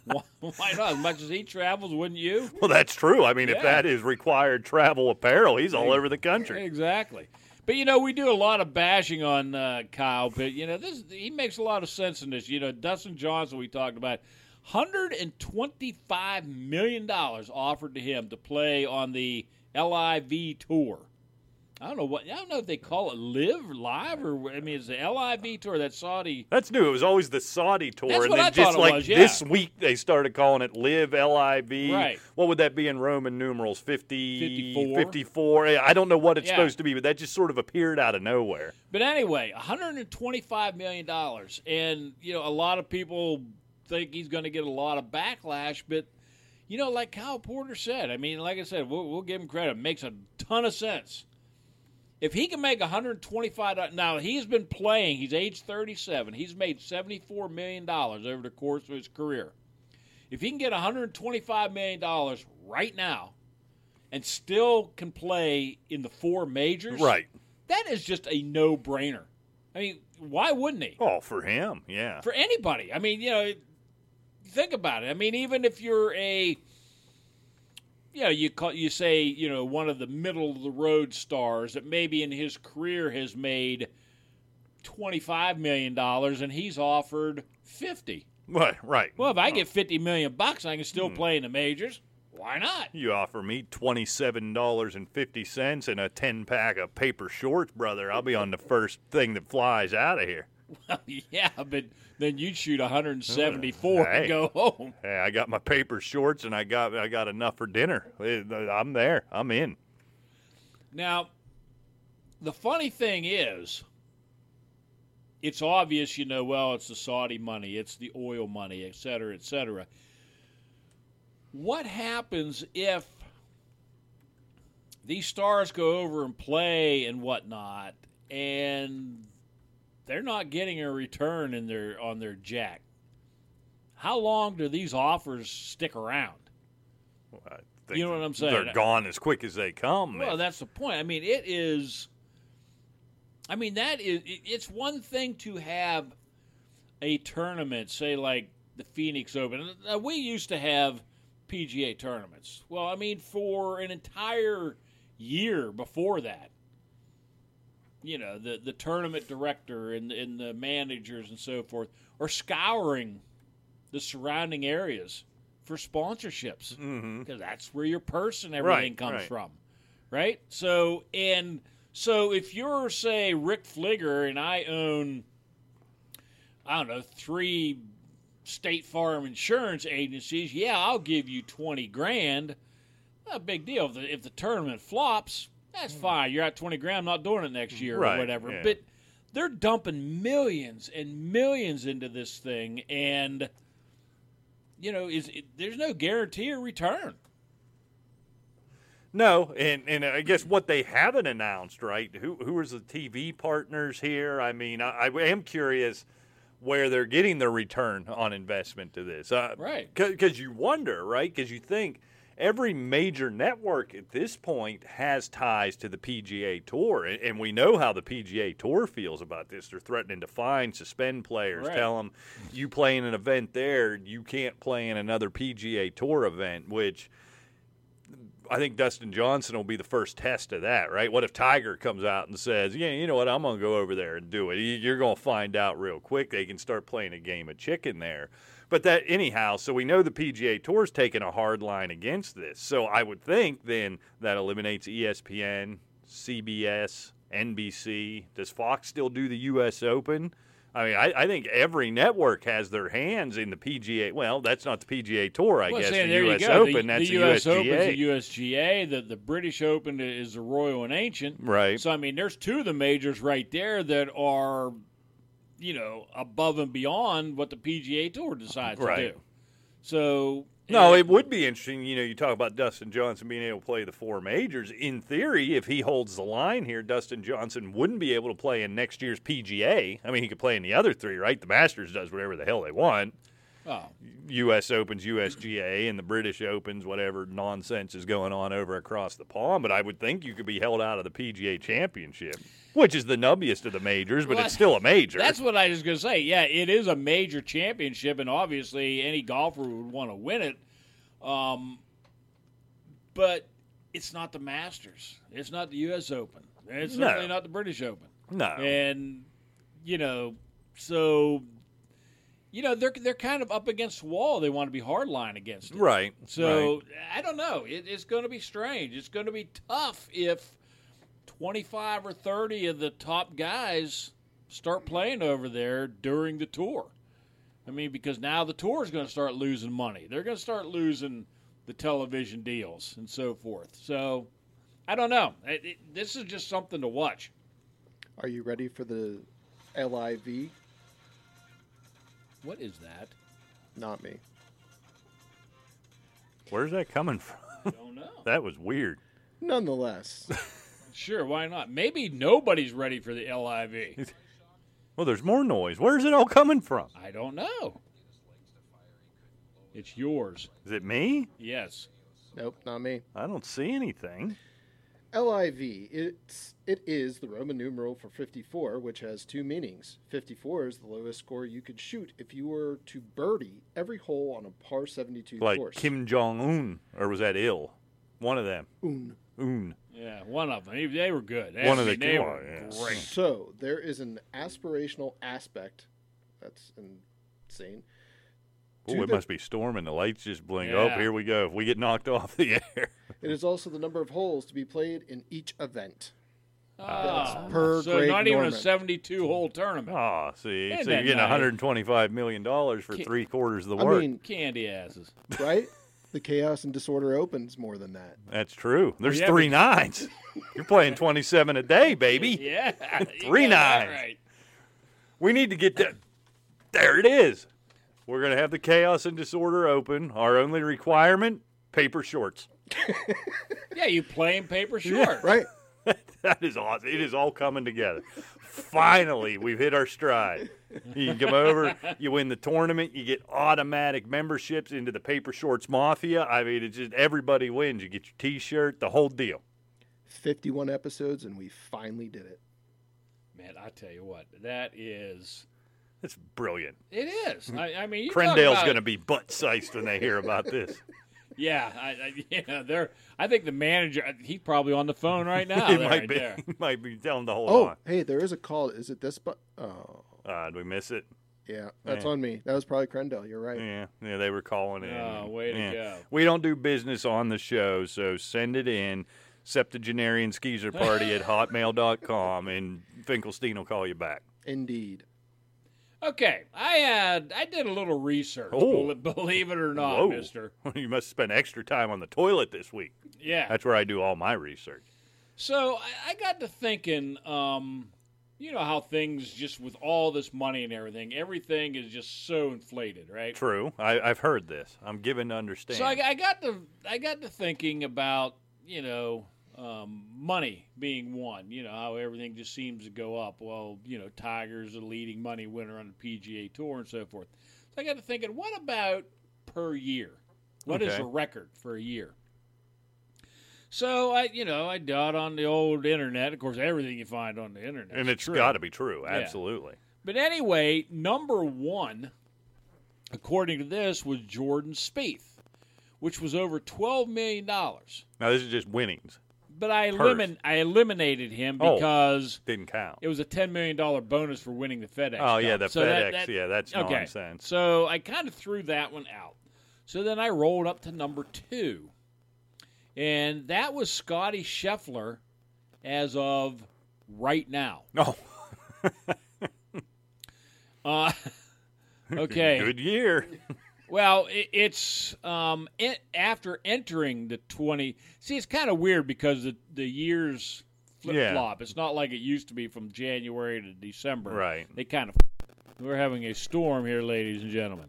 Speaker 3: why, why not? As much as he travels, wouldn't you?
Speaker 2: well that's true. I mean, if
Speaker 3: Yeah.
Speaker 2: that is required travel apparel, he's all over the country.
Speaker 3: Exactly. But you know, we do a lot of bashing on uh, Kyle, but you know, this he makes a lot of sense in this. You know, Dustin Johnson we talked about, hundred and twenty-five million dollars offered to him to play on the LIV tour. I don't know what I don't know if they call it live live or I mean it's the LIV tour that Saudi.
Speaker 2: That's new. It was always the Saudi tour,
Speaker 3: That's
Speaker 2: and
Speaker 3: what
Speaker 2: then
Speaker 3: I thought
Speaker 2: just
Speaker 3: it
Speaker 2: like
Speaker 3: was, yeah.
Speaker 2: this week they started calling it Live L I V.
Speaker 3: Right.
Speaker 2: What would that be in Roman numerals? 50,
Speaker 3: 54.
Speaker 2: 54. Yeah, I don't know what it's
Speaker 3: Yeah.
Speaker 2: supposed to be, but that just sort of appeared out of nowhere.
Speaker 3: But anyway, 125 million dollars, and you know a lot of people think he's going to get a lot of backlash. But you know, like Kyle Porter said, I mean, like I said, we'll, we'll give him credit. Makes a ton of sense. If he can make 125 now, he's been playing. He's age 37. He's made 74 million dollars over the course of his career. If he can get 125 million dollars right now, and still can play in the four majors,
Speaker 2: Right.
Speaker 3: that is just a no brainer. I mean, why wouldn't he?
Speaker 2: Oh, for him. Yeah.
Speaker 3: For anybody. I mean, you know, think about it. I mean, even if you're a, you know, you call, you say, you know, one of the middle of the road stars that maybe in his career has made twenty five million dollars and he's offered fifty.
Speaker 2: Right. Right.
Speaker 3: Well, if I get fifty million bucks, I can still play in the majors. Why not?
Speaker 2: You offer me $27.50 and a 10 pack of paper shorts, brother. I'll be on the first thing that flies out of here.
Speaker 3: yeah, but then you'd shoot one hundred and seventy four
Speaker 2: Hey.
Speaker 3: and go "Oh, home.
Speaker 2: Hey, I got my paper shorts and I got I got enough for dinner. Eh, I'm there. I'm in.
Speaker 3: Now, the funny thing is, it's obvious, you know, well, it's the Saudi money, it's the oil money, et cetera, et cetera. What happens if these stars go over and play and whatnot, and they're not getting a return in their on their jack? How long do these offers stick around?
Speaker 2: I think
Speaker 3: You know what I'm saying?
Speaker 2: They're gone as quick as they come.
Speaker 3: Well, that's the point. I mean, it is. I mean, that is. it- It's one thing to have a tournament, say like the Phoenix Open. Now, we used to have PGA tournaments. Well, I mean, for an entire year before that, you know the the tournament director and and the managers and so forth are scouring the surrounding areas for sponsorships because that's where your purse and everything
Speaker 2: Mm-hmm. Right,
Speaker 3: comes
Speaker 2: right.
Speaker 3: from, right? So and so if you're say Rick Fligger and I own, I don't know three State Farm insurance agencies, yeah, I'll give you twenty grand. Not a big deal. If the, if the tournament flops, that's fine. You're at 20 grand, I'm not doing it next year
Speaker 2: Hmm. Right,
Speaker 3: or whatever.
Speaker 2: yeah.
Speaker 3: But they're dumping millions and millions into this thing, and you know, is it, there's no guarantee of return.
Speaker 2: No, and and I guess what they haven't announced, right? Who who is the TV partners here? I mean, I, I am curious where they're getting their return on investment to this, uh,
Speaker 3: Right.
Speaker 2: Because you wonder, right? Because you think every major network at this point has ties to the PGA Tour, and, and we know how the PGA Tour feels about this. They're threatening to fine, suspend players,
Speaker 3: Right.
Speaker 2: tell them you play in an event there, you can't play in another PGA Tour event, which. I think Dustin Johnson will be the first test of that, right? What if Tiger comes out and says, "Yeah, you know what? I'm going to go over there and do it." You- You're going to find out real quick. They can start playing a game of chicken there. But that anyhow, so we know the PGA Tour's taking a hard line against this. So I would think then that eliminates E ESPN, CBS, NBC. Does Fox still do the U.S. Open? I mean, I, I think every network has their hands in the PGA. Well, that's not the PGA Tour, I
Speaker 3: Well,
Speaker 2: guess.
Speaker 3: Sam,
Speaker 2: the
Speaker 3: there
Speaker 2: U.S.
Speaker 3: you go.
Speaker 2: Open,
Speaker 3: the,
Speaker 2: that's
Speaker 3: the U.S.
Speaker 2: USGA.
Speaker 3: Open is the USGA. The the British Open is the Royal and Ancient.
Speaker 2: Right.
Speaker 3: So I mean, there's two of the majors right there that are, you know, above and beyond what the PGA Tour decides to
Speaker 2: Right.
Speaker 3: do. So
Speaker 2: No, it would be interesting. You know, you talk about Dustin Johnson being able to play the four majors. In theory, if he holds the line here, Dustin Johnson wouldn't be able to play in next year's PGA. I mean, he could play in the other three, right? The Masters does whatever the hell they want.
Speaker 3: oh,
Speaker 2: U.S. Opens, USGA, and the British Opens, whatever nonsense is going on over across the pond. But I would think you could be held out of the PGA Championship, which is the nubbiest of the majors, but
Speaker 3: Well,
Speaker 2: it's still a major.
Speaker 3: That's what I was going to say. Yeah, it is a major championship, and obviously any golfer would want to win it. Um, but it's not the Masters. It's not the U.S. Open. and It's
Speaker 2: No.
Speaker 3: certainly not the British Open.
Speaker 2: no.
Speaker 3: And you know, so you know they're they're kind of up against the wall. They want to be hardline against it.
Speaker 2: right.
Speaker 3: So I don't know. It, it's going to be strange. It's going to be tough if twenty-five or thirty of the top guys start playing over there during the tour. I mean, because now the tour is going to start losing money. They're going to start losing the television deals and so forth. So I don't know. It- it- this is just something to watch.
Speaker 4: Are you ready for the LIV?
Speaker 3: What is that?
Speaker 4: Not me.
Speaker 2: Where's that coming from?
Speaker 3: I don't know.
Speaker 2: that was weird.
Speaker 4: Nonetheless,
Speaker 3: Sure, why not? Maybe nobody's ready for the LIV.
Speaker 2: Well, there's more noise. Where's it all coming from?
Speaker 3: I don't know. It's yours.
Speaker 2: Is it me?
Speaker 3: Yes.
Speaker 4: nope, not me.
Speaker 2: I don't see anything.
Speaker 4: LIV, it's, it is the Roman numeral for 54, which has two meanings. 54 is the lowest score you could shoot if you were to birdie every hole on a par 72
Speaker 2: Like
Speaker 4: course.
Speaker 2: Kim Jong Un, or was that ill? One of them.
Speaker 4: Un.
Speaker 2: Un.
Speaker 3: Yeah, one of them. They- They were good.
Speaker 2: One of the
Speaker 3: I mean, they
Speaker 2: oh,
Speaker 3: were
Speaker 2: yeah.
Speaker 3: great.
Speaker 4: So there is an aspirational aspect. That's insane.
Speaker 2: Ooh,
Speaker 4: To
Speaker 2: it
Speaker 4: the-
Speaker 2: must be storming. The lights just blink. Oh,
Speaker 3: Yeah.
Speaker 2: here we go. If we get knocked off the air.
Speaker 4: It is also the number of holes to be played in each event.
Speaker 3: Ah,
Speaker 4: per
Speaker 3: so
Speaker 4: Greg
Speaker 3: not even a
Speaker 4: Norman.
Speaker 3: 72 hole tournament.
Speaker 2: Oh, see.
Speaker 3: Isn't
Speaker 2: so you're
Speaker 3: that
Speaker 2: getting
Speaker 3: nice?
Speaker 2: $125 million for
Speaker 3: Ki-
Speaker 2: three quarters of the
Speaker 4: I
Speaker 2: work.
Speaker 4: mean,
Speaker 3: Candy asses.
Speaker 4: right? The chaos and disorder opens more than that.
Speaker 2: That's true. There's
Speaker 3: yeah,
Speaker 2: three nines. You're playing 27 a day, baby.
Speaker 3: Yeah. you
Speaker 2: Three
Speaker 3: got that
Speaker 2: nines.
Speaker 3: Right.
Speaker 2: We need to get that. There it is. We're going to have the chaos and disorder open. Our only requirement paper shorts.
Speaker 3: Yeah, you playing paper short.
Speaker 4: Right?
Speaker 2: That is awesome. It is all coming together. Finally, we've hit our stride. You can come over, you win the tournament, you get automatic memberships into the Paper Shorts Mafia. I mean, it's just everybody wins. You get your t shirt, the whole deal.
Speaker 4: 51 episodes, and we finally did it.
Speaker 3: Man, I tell you what, that is.
Speaker 2: It's brilliant.
Speaker 3: It is. I, I mean, you talk
Speaker 2: Crendale's
Speaker 3: about-
Speaker 2: going to be butt sized when they hear about this.
Speaker 3: Yeah, I, I, yeah, they're. I think the manager. He's probably on the phone right now.
Speaker 2: he
Speaker 3: there,
Speaker 2: might
Speaker 3: Ah, right
Speaker 2: be
Speaker 3: there.
Speaker 2: he might be telling to hold
Speaker 4: Oh, hey, there is a call. Is it this? But oh,
Speaker 2: on. Uh, did we miss it?
Speaker 4: yeah, that's
Speaker 2: Yeah.
Speaker 4: on me. That was probably Crendel. You're right.
Speaker 2: Yeah, yeah, they were calling in.
Speaker 3: Oh, way to
Speaker 2: Yeah.
Speaker 3: go.
Speaker 2: We don't do business on the show, so send it in. Septuagenarian Skeezer Party at hotmail.com, and Finkelstein will call you back.
Speaker 4: Indeed.
Speaker 3: Okay, I had. I did a little research.
Speaker 2: Oh.
Speaker 3: bel- Believe it or not,
Speaker 2: Whoa.
Speaker 3: Mister.
Speaker 2: you must spend extra time on the toilet this week.
Speaker 3: Yeah.
Speaker 2: That's where I do all my research.
Speaker 3: So I, I got to thinking, um, you know how things just with all this money and everything, everything is just so inflated, right?
Speaker 2: True. I, I've heard this. I'm given to understand.
Speaker 3: So I, I got to I got to thinking about you know um, money being one. You know how everything just seems to go up. Well, you know Tiger's the leading money winner on the PGA Tour and so forth. So I got to thinking, what about per year? What is
Speaker 2: Okay.
Speaker 3: the record for a year? So I, you know, I dot on the old internet. Of course, everything you find on the internet,
Speaker 2: and it's got to be true. Absolutely.
Speaker 3: But anyway, number one, according to this, was Jordan Spieth, which was over twelve million dollars.
Speaker 2: Now, this is just winnings.
Speaker 3: But I
Speaker 2: Purse.
Speaker 3: elimin- I eliminated him
Speaker 2: Oh.
Speaker 3: because
Speaker 2: Didn't count.
Speaker 3: it was a ten million dollar bonus for winning the FedEx.
Speaker 2: Oh, yeah,
Speaker 3: Cup.
Speaker 2: the FedEx, yeah, that's
Speaker 3: okay.
Speaker 2: nonsense.
Speaker 3: So I kind of threw that one out. So then I rolled up to number two, and that was Scotty Scheffler, as of right now.
Speaker 2: No.
Speaker 3: Uh, okay,
Speaker 2: Good year.
Speaker 3: Well, it, it's um, it, after entering the 20. See, it's kind of weird because the, the years flip
Speaker 2: Yeah.
Speaker 3: flop. It's not like it used to be from January to December.
Speaker 2: Right.
Speaker 3: They kind of. We're having a storm here, ladies and gentlemen.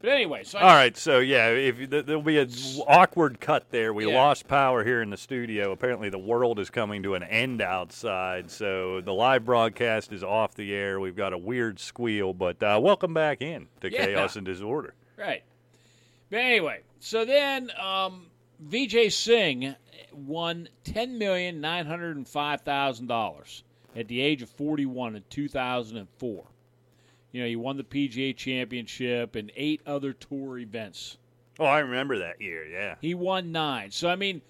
Speaker 3: But anyway, so I,
Speaker 2: All right, so yeah, if you- th- there'll be an awkward cut there. We
Speaker 3: Yeah.
Speaker 2: lost power here in the studio. Apparently, the world is coming to an end outside, so the live broadcast is off the air. We've got a weird squeal, but uh, welcome back in to
Speaker 3: Yeah.
Speaker 2: chaos and disorder.
Speaker 3: Right. But anyway, so then um, Vijay Singh won ten million nine hundred and five thousand dollars at the age of forty-one in two thousand and four. You know, he won the PGA Championship and eight other tour events.
Speaker 2: Oh, I remember that year. Yeah,
Speaker 3: He won nine. So I mean,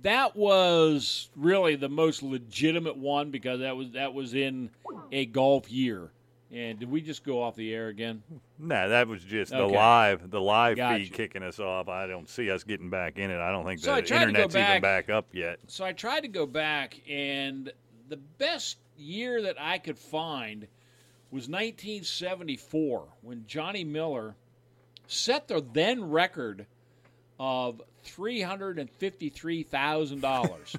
Speaker 3: that was really the most legitimate one because that was that was in a golf year. And did we just go off the air again?
Speaker 2: no, that was just the
Speaker 3: Okay.
Speaker 2: live, the live
Speaker 3: Gotcha.
Speaker 2: feed kicking us off. I don't see us getting back in it. I don't think
Speaker 3: So I
Speaker 2: the
Speaker 3: tried to go
Speaker 2: internet's even
Speaker 3: back-
Speaker 2: back up yet.
Speaker 3: so I tried to go back, and the best year that I could find was 1974 when Johnny Miller set the then record of three hundred and fifty-three thousand dollars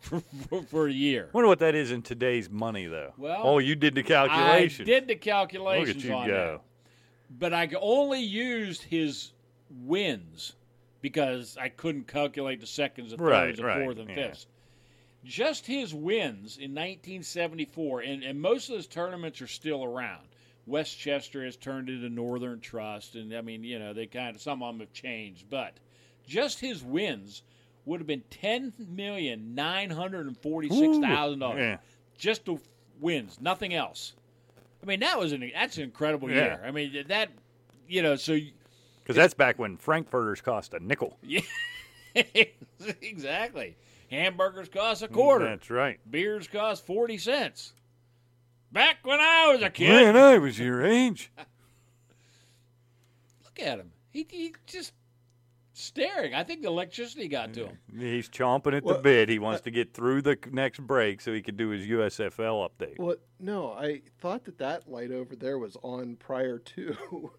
Speaker 3: for, for, for a year.
Speaker 2: Wonder what that is in today's money, though.
Speaker 3: Well,
Speaker 2: oh, you did the
Speaker 3: I
Speaker 2: calculation.
Speaker 3: did the
Speaker 2: Look
Speaker 3: calculations
Speaker 2: at you
Speaker 3: on
Speaker 2: go.
Speaker 3: that, but I only used his wins because I couldn't calculate the seconds, the
Speaker 2: Right,
Speaker 3: thirds, the
Speaker 2: right,
Speaker 3: fourth, and
Speaker 2: yeah.
Speaker 3: fifths. Just his wins in 1974, and, and most of those tournaments are still around. Westchester has turned into Northern Trust, and I mean, you know, they kind of some of them have changed, but just his wins would have been ten million nine hundred and forty-six thousand
Speaker 2: Ooh, yeah.
Speaker 3: dollars just the wins, nothing else. I mean, that was an that's an incredible
Speaker 2: Yeah.
Speaker 3: year. I mean, that you know, so you-
Speaker 2: Because that's back when Frankfurters cost a nickel.
Speaker 3: exactly. Hamburgers cost a quarter.
Speaker 2: That's right.
Speaker 3: Beers cost forty cents. Back when I was a kid,
Speaker 2: I was your age.
Speaker 3: look at him. He, he just staring. I think the electricity got to him.
Speaker 2: He's chomping at the
Speaker 4: Well,
Speaker 2: bit. He
Speaker 3: uh,
Speaker 2: wants to get through the next break so he can do his USFL update.
Speaker 4: Well, no, I thought that that light over there was on prior to,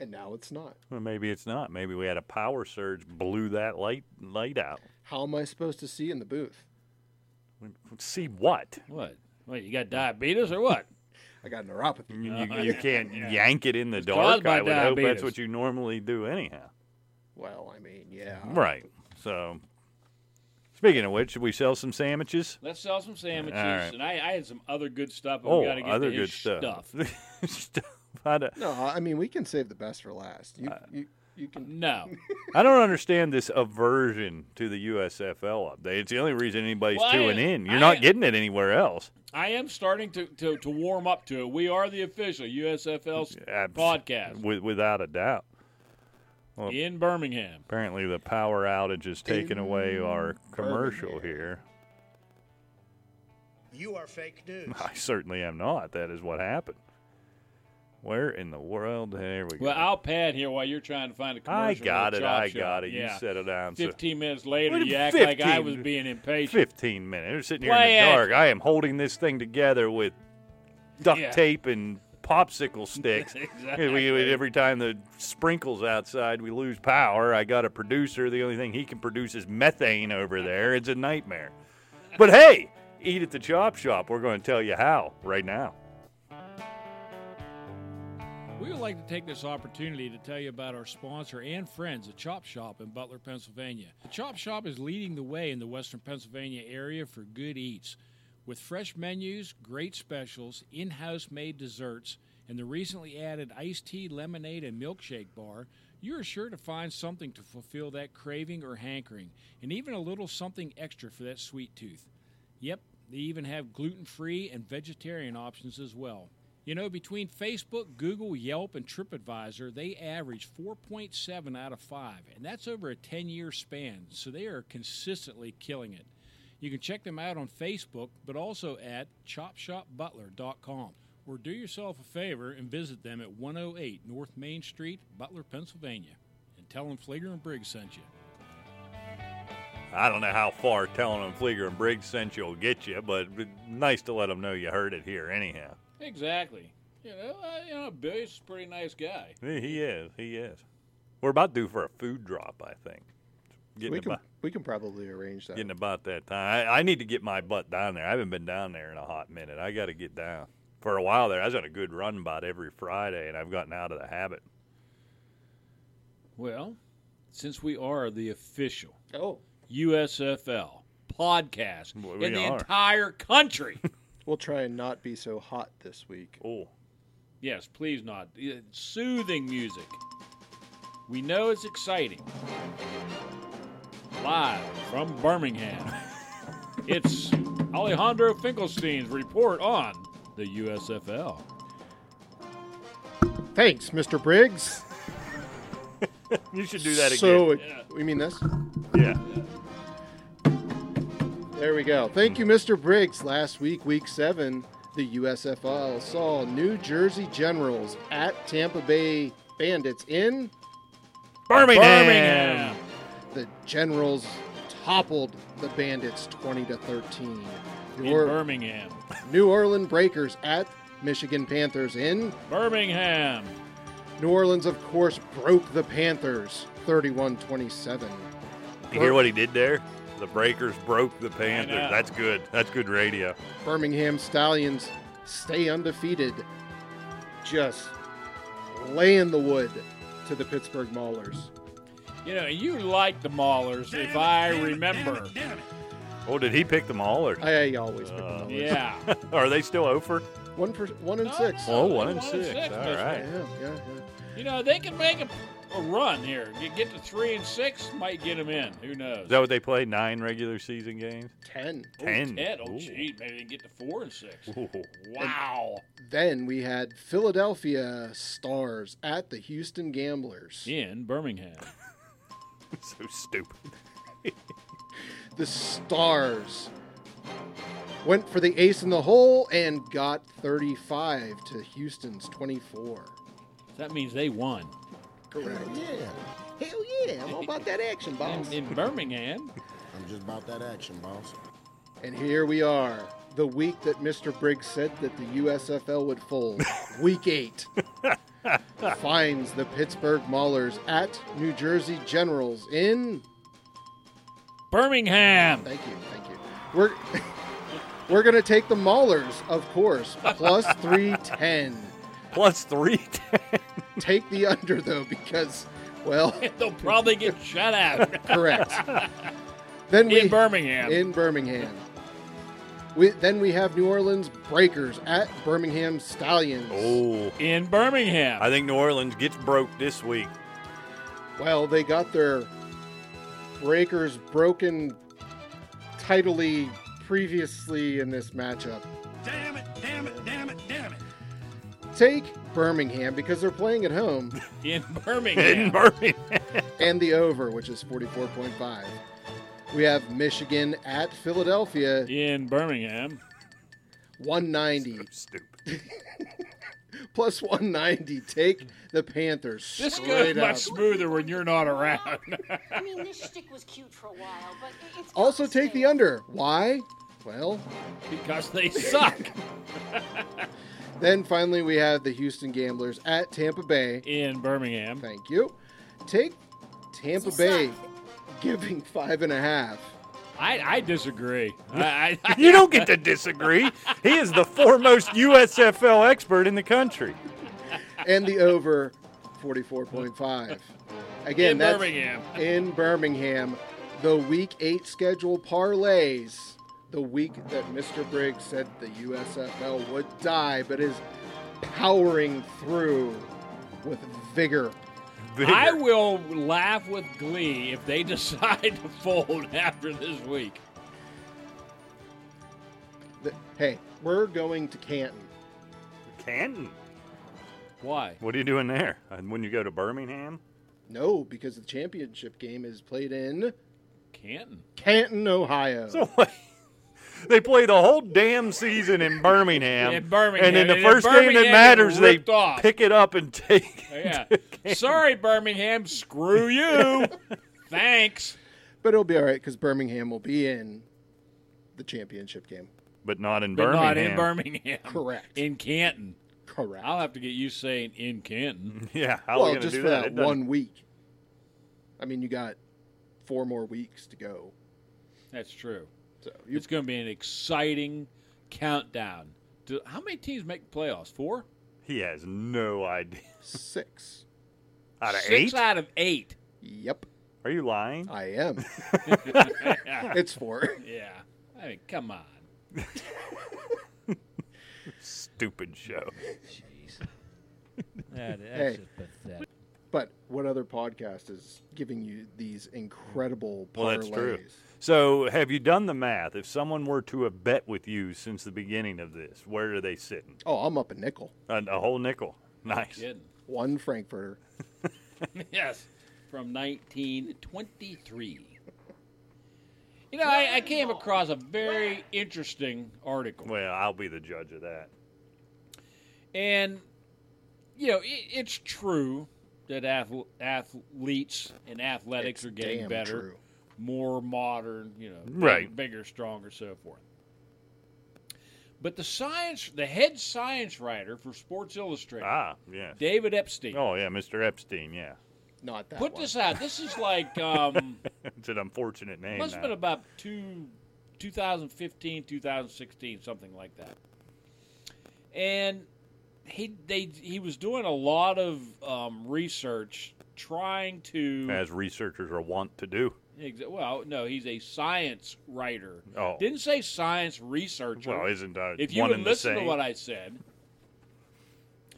Speaker 4: and now it's not.
Speaker 2: Well, maybe it's not. Maybe we had a power surge, blew that light light out.
Speaker 4: How am I supposed to see in the booth?
Speaker 2: See what?
Speaker 3: What? What? You got diabetes or what?
Speaker 4: I got neuropathy. Uh,
Speaker 2: You, you can't yank it in the
Speaker 3: Uh,
Speaker 2: dark.
Speaker 3: caused by
Speaker 2: I would hope that's
Speaker 3: diabetes.
Speaker 2: what you normally do anyhow.
Speaker 4: Well, I mean, yeah.
Speaker 2: Right. So, speaking of which, should we sell some sandwiches?
Speaker 3: Let's sell some sandwiches.
Speaker 2: All right.
Speaker 3: And I, I had some other good stuff. But
Speaker 2: Oh,
Speaker 3: we gotta get
Speaker 2: other
Speaker 3: to
Speaker 2: good
Speaker 3: his
Speaker 2: stuff. Stuff. I don't-
Speaker 4: No, I mean we can save the best for last. You,
Speaker 2: Uh,
Speaker 4: you, you can.
Speaker 3: No.
Speaker 2: I don't understand this aversion to the USFL update. It's the only reason anybody's
Speaker 3: Well, I-
Speaker 2: tuning in. You're
Speaker 3: I-
Speaker 2: not getting it anywhere else.
Speaker 3: I am starting to, to, to warm up to it. We are the official USFL
Speaker 2: Abs-
Speaker 3: podcast.
Speaker 2: with, without a doubt.
Speaker 3: in Birmingham.
Speaker 2: Apparently, the power outage is taking away our commercial
Speaker 4: Birmingham.
Speaker 2: here.
Speaker 5: You are fake news.
Speaker 2: I certainly am not. That is what happened. Where in the world? There we go.
Speaker 3: Well, I'll pad here while you're trying to find a commercial.
Speaker 2: I
Speaker 3: for
Speaker 2: got
Speaker 3: the
Speaker 2: it.
Speaker 3: chop
Speaker 2: I
Speaker 3: shop.
Speaker 2: got it.
Speaker 3: Yeah.
Speaker 2: You set it down. So
Speaker 3: Fifteen minutes later,
Speaker 2: Wait a
Speaker 3: you act like I
Speaker 2: 15.
Speaker 3: was being impatient.
Speaker 2: 15 minutes. We're sitting
Speaker 3: Play
Speaker 2: here in
Speaker 3: it.
Speaker 2: the dark. I am holding this thing together with duct
Speaker 3: Yeah.
Speaker 2: tape and popsicle sticks.
Speaker 3: Exactly.
Speaker 2: We- we- every time the sprinkles outside, we lose power. I got a producer. The only thing he can produce is methane over there. It's a nightmare. But hey, eat at the chop shop. We're going to tell you how right now.
Speaker 3: We would like to take this opportunity to tell you about our sponsor and friends, the Chop Shop in Butler, Pennsylvania. The Chop Shop is leading the way in the Western Pennsylvania area for good eats. With fresh menus, great specials, in house made desserts, and the recently added iced tea, lemonade, and milkshake bar, you are sure to find something to fulfill that craving or hankering, and even a little something extra for that sweet tooth. Yep, they even have gluten free and vegetarian options as well. You know, between Facebook, Google, Yelp, and TripAdvisor, they average 4.7 out of 5, and that's over a 10 year span, so they are consistently killing it. You can check them out on Facebook, but also at chopshopbutler.com. Or do yourself a favor and visit them at 108 North Main Street, Butler, Pennsylvania, and tell them Flager and Briggs sent you.
Speaker 2: I don't know how far telling them Flieger and Briggs sent you will get you, but nice to let them know you heard it here anyhow.
Speaker 3: Exactly. You know, uh, you know, Billy's a pretty nice guy.
Speaker 2: Yeah, He is. He is. We're about due for a food drop, I think. Getting
Speaker 4: We can,
Speaker 2: about,
Speaker 4: we can probably arrange that.
Speaker 2: getting about that time. I, I need to get my butt down there. I haven't been down there in a hot minute. I got to get down. For a while there, I was on a good run about every Friday, and I've gotten out of the habit.
Speaker 3: Well, since we are the official
Speaker 4: Oh,
Speaker 3: USFL podcast
Speaker 2: Well, we
Speaker 3: in the
Speaker 2: are.
Speaker 3: entire country,
Speaker 4: we'll try and not be so hot this week.
Speaker 2: Oh,
Speaker 3: yes, please not. Uh, Soothing music. We know it's exciting. Live from Birmingham, it's Alejandro Finkelstein's report on the USFL.
Speaker 4: Thanks, Mr. Briggs.
Speaker 2: you should do that again.
Speaker 4: So, we mean this?
Speaker 2: yeah.
Speaker 4: There we go. Thank you, Mr. Briggs. Last week, week seven, the USFL saw New Jersey Generals at Tampa Bay Bandits in
Speaker 2: Birmingham.
Speaker 3: Birmingham.
Speaker 4: the Generals toppled the Bandits 20 to 13.
Speaker 3: In
Speaker 4: New, or-
Speaker 3: Birmingham.
Speaker 4: New Orleans Breakers at Michigan Panthers in
Speaker 3: Birmingham.
Speaker 4: New Orleans, of course, broke the Panthers 31 27.
Speaker 2: You hear what he did there? The Breakers broke the Panthers.
Speaker 3: know.
Speaker 2: That's good. That's good radio.
Speaker 4: Birmingham Stallions stay undefeated, just laying the wood to the Pittsburgh Maulers.
Speaker 3: You know, you like the Maulers, if I remember.
Speaker 2: Oh, did he pick them all, or
Speaker 4: I, I always pick the Maulers.
Speaker 3: Yeah.
Speaker 2: are they still over?
Speaker 4: One, per, one and six.
Speaker 3: No,
Speaker 2: Oh,
Speaker 3: they're
Speaker 2: one and
Speaker 3: one and
Speaker 2: six.
Speaker 3: six,
Speaker 2: All
Speaker 3: that's
Speaker 2: right.
Speaker 4: Yeah, yeah, yeah.
Speaker 3: You know, they can make a, a run here. You get to three and six, might get them in. Who knows?
Speaker 2: Is that what they play? Nine regular season games?
Speaker 4: Ten.
Speaker 2: Ten.
Speaker 3: Ted, oh,
Speaker 2: Ooh.
Speaker 3: gee, maybe they can get to four and six.
Speaker 2: Ooh.
Speaker 3: Wow.
Speaker 4: Then we had Philadelphia Stars at the Houston Gamblers.
Speaker 3: In Birmingham.
Speaker 2: So stupid.
Speaker 4: The Stars went for the ace in the hole and got 35 to Houston's 24.
Speaker 3: That means they won.
Speaker 4: Correct. yeah. Hell yeah. I'm all about that action,
Speaker 3: In, in Birmingham,
Speaker 6: I'm just about that action, boss.
Speaker 4: And here we are, the week that Mr. Briggs said that the USFL would fold, week eight. finds the Pittsburgh Maulers at New Jersey Generals in.
Speaker 3: Birmingham.
Speaker 4: Thank you, thank you. We're we're gonna take the Maulers, of course, plus three ten.
Speaker 2: Plus three.
Speaker 4: Take the under though, because well,
Speaker 3: They'll probably get shut out
Speaker 4: correct. Then we
Speaker 3: in Birmingham.
Speaker 4: in Birmingham. We, then we have New Orleans Breakers at Birmingham Stallions.
Speaker 2: oh.
Speaker 3: in Birmingham.
Speaker 2: I think New Orleans gets broke this week.
Speaker 4: Well, they got their breakers broken tidily previously in this matchup. Damn it, damn it, damn it, damn it. Take Birmingham because they're playing at home,
Speaker 3: in
Speaker 2: in
Speaker 3: Birmingham.
Speaker 2: Birmingham.
Speaker 4: and the over, which is 44.5. We have Michigan at Philadelphia,
Speaker 3: in Birmingham.
Speaker 4: 190
Speaker 2: Stupid.
Speaker 4: plus 190. Take the Panthers.
Speaker 3: This goes
Speaker 4: straight
Speaker 3: much
Speaker 4: up.
Speaker 3: smoother when you're not around.
Speaker 5: I mean, this shtick was cute for a while, but it- it's got
Speaker 4: Also,
Speaker 5: to
Speaker 4: take
Speaker 5: stay.
Speaker 4: the under. Why? Well,
Speaker 3: because they suck.
Speaker 4: then finally we have the Houston Gamblers at Tampa Bay.
Speaker 3: In Birmingham.
Speaker 4: Thank you. Take Tampa
Speaker 5: You
Speaker 4: Bay
Speaker 5: suck.
Speaker 4: giving five and a half.
Speaker 3: I, I disagree. I, I,
Speaker 2: You don't get to disagree. He is the foremost USFL expert in the country.
Speaker 4: And the over 44.5. Again,
Speaker 3: In
Speaker 4: that's
Speaker 3: Birmingham.
Speaker 4: in Birmingham. The week eight schedule parlays. The week that Mr. Briggs said the USFL would die, but is powering through with vigor.
Speaker 3: I will laugh with glee if they decide to fold after this week.
Speaker 4: The- Hey, we're going to Canton.
Speaker 2: Canton.
Speaker 3: Why?
Speaker 2: What are you doing there? And when you go to Birmingham?
Speaker 4: No, because the championship game is played in
Speaker 3: Canton.
Speaker 4: Canton, Ohio.
Speaker 2: So what? They play the whole damn season in Birmingham.
Speaker 3: In Birmingham,
Speaker 2: And in the
Speaker 3: and in
Speaker 2: first game that
Speaker 3: Birmingham,
Speaker 2: matters,
Speaker 3: it
Speaker 2: they
Speaker 3: ripped off.
Speaker 2: pick it up and take it.
Speaker 3: Oh, Yeah. Sorry, Birmingham. Screw you. Thanks.
Speaker 4: But it'll be all right because Birmingham will be in the championship game.
Speaker 2: But not in
Speaker 3: But
Speaker 2: Birmingham.
Speaker 3: not in Birmingham.
Speaker 4: Correct.
Speaker 3: In Canton.
Speaker 4: Correct.
Speaker 3: I'll have to get you saying in Canton.
Speaker 2: Yeah, how are we
Speaker 4: well,
Speaker 2: going to
Speaker 4: just
Speaker 2: do
Speaker 4: for
Speaker 2: that?
Speaker 4: that,
Speaker 2: It doesn't-
Speaker 4: one week. I mean, you got four more weeks to go.
Speaker 3: That's true.
Speaker 4: So you,
Speaker 3: It's going to be an exciting countdown. Do, how many teams make playoffs? Four?
Speaker 2: He has no idea.
Speaker 4: six.
Speaker 2: Out of
Speaker 3: Six
Speaker 2: eight?
Speaker 3: out of eight.
Speaker 4: Yep,
Speaker 2: Are you lying?
Speaker 4: I am. it's four.
Speaker 3: Yeah. I mean, come on.
Speaker 2: Stupid show.
Speaker 3: That,
Speaker 4: that's Hey.
Speaker 3: just pathetic.
Speaker 4: But what other podcast is giving you these incredible parlays?
Speaker 2: Well, that's true. So, have you done the math? If someone were to have bet with you since the beginning of this, where are they sitting?
Speaker 4: Oh, I'm up a nickel.
Speaker 2: A, a whole nickel. Nice.
Speaker 4: One Frankfurter.
Speaker 3: yes. From 1923. You know, I, I came across a very interesting article.
Speaker 2: Well, I'll be the judge of that.
Speaker 3: And, you know, it, it's true that ath- athletes and athletics
Speaker 4: It's
Speaker 3: are getting
Speaker 4: damn
Speaker 3: better,
Speaker 4: true.
Speaker 3: more modern, you know,
Speaker 2: Right.
Speaker 3: bigger, stronger, so forth. But the science, the head science writer for Sports Illustrated,
Speaker 2: Ah, yeah.
Speaker 3: David Epstein,
Speaker 2: Oh, yeah, Mr. Epstein, yeah.
Speaker 4: Not that
Speaker 3: put
Speaker 4: one.
Speaker 3: this out. This is like, um,
Speaker 2: It's an unfortunate name. uh,
Speaker 3: must have
Speaker 2: now.
Speaker 3: been about two, 2015, 2016, something like that. And he they he was doing a lot of um, research trying to
Speaker 2: As researchers are wont to do.
Speaker 3: exa- well no he's a science writer
Speaker 2: Oh.
Speaker 3: didn't say science researcher
Speaker 2: Well, isn't that
Speaker 3: if you
Speaker 2: one
Speaker 3: would
Speaker 2: and the
Speaker 3: listen
Speaker 2: same?
Speaker 3: to what I said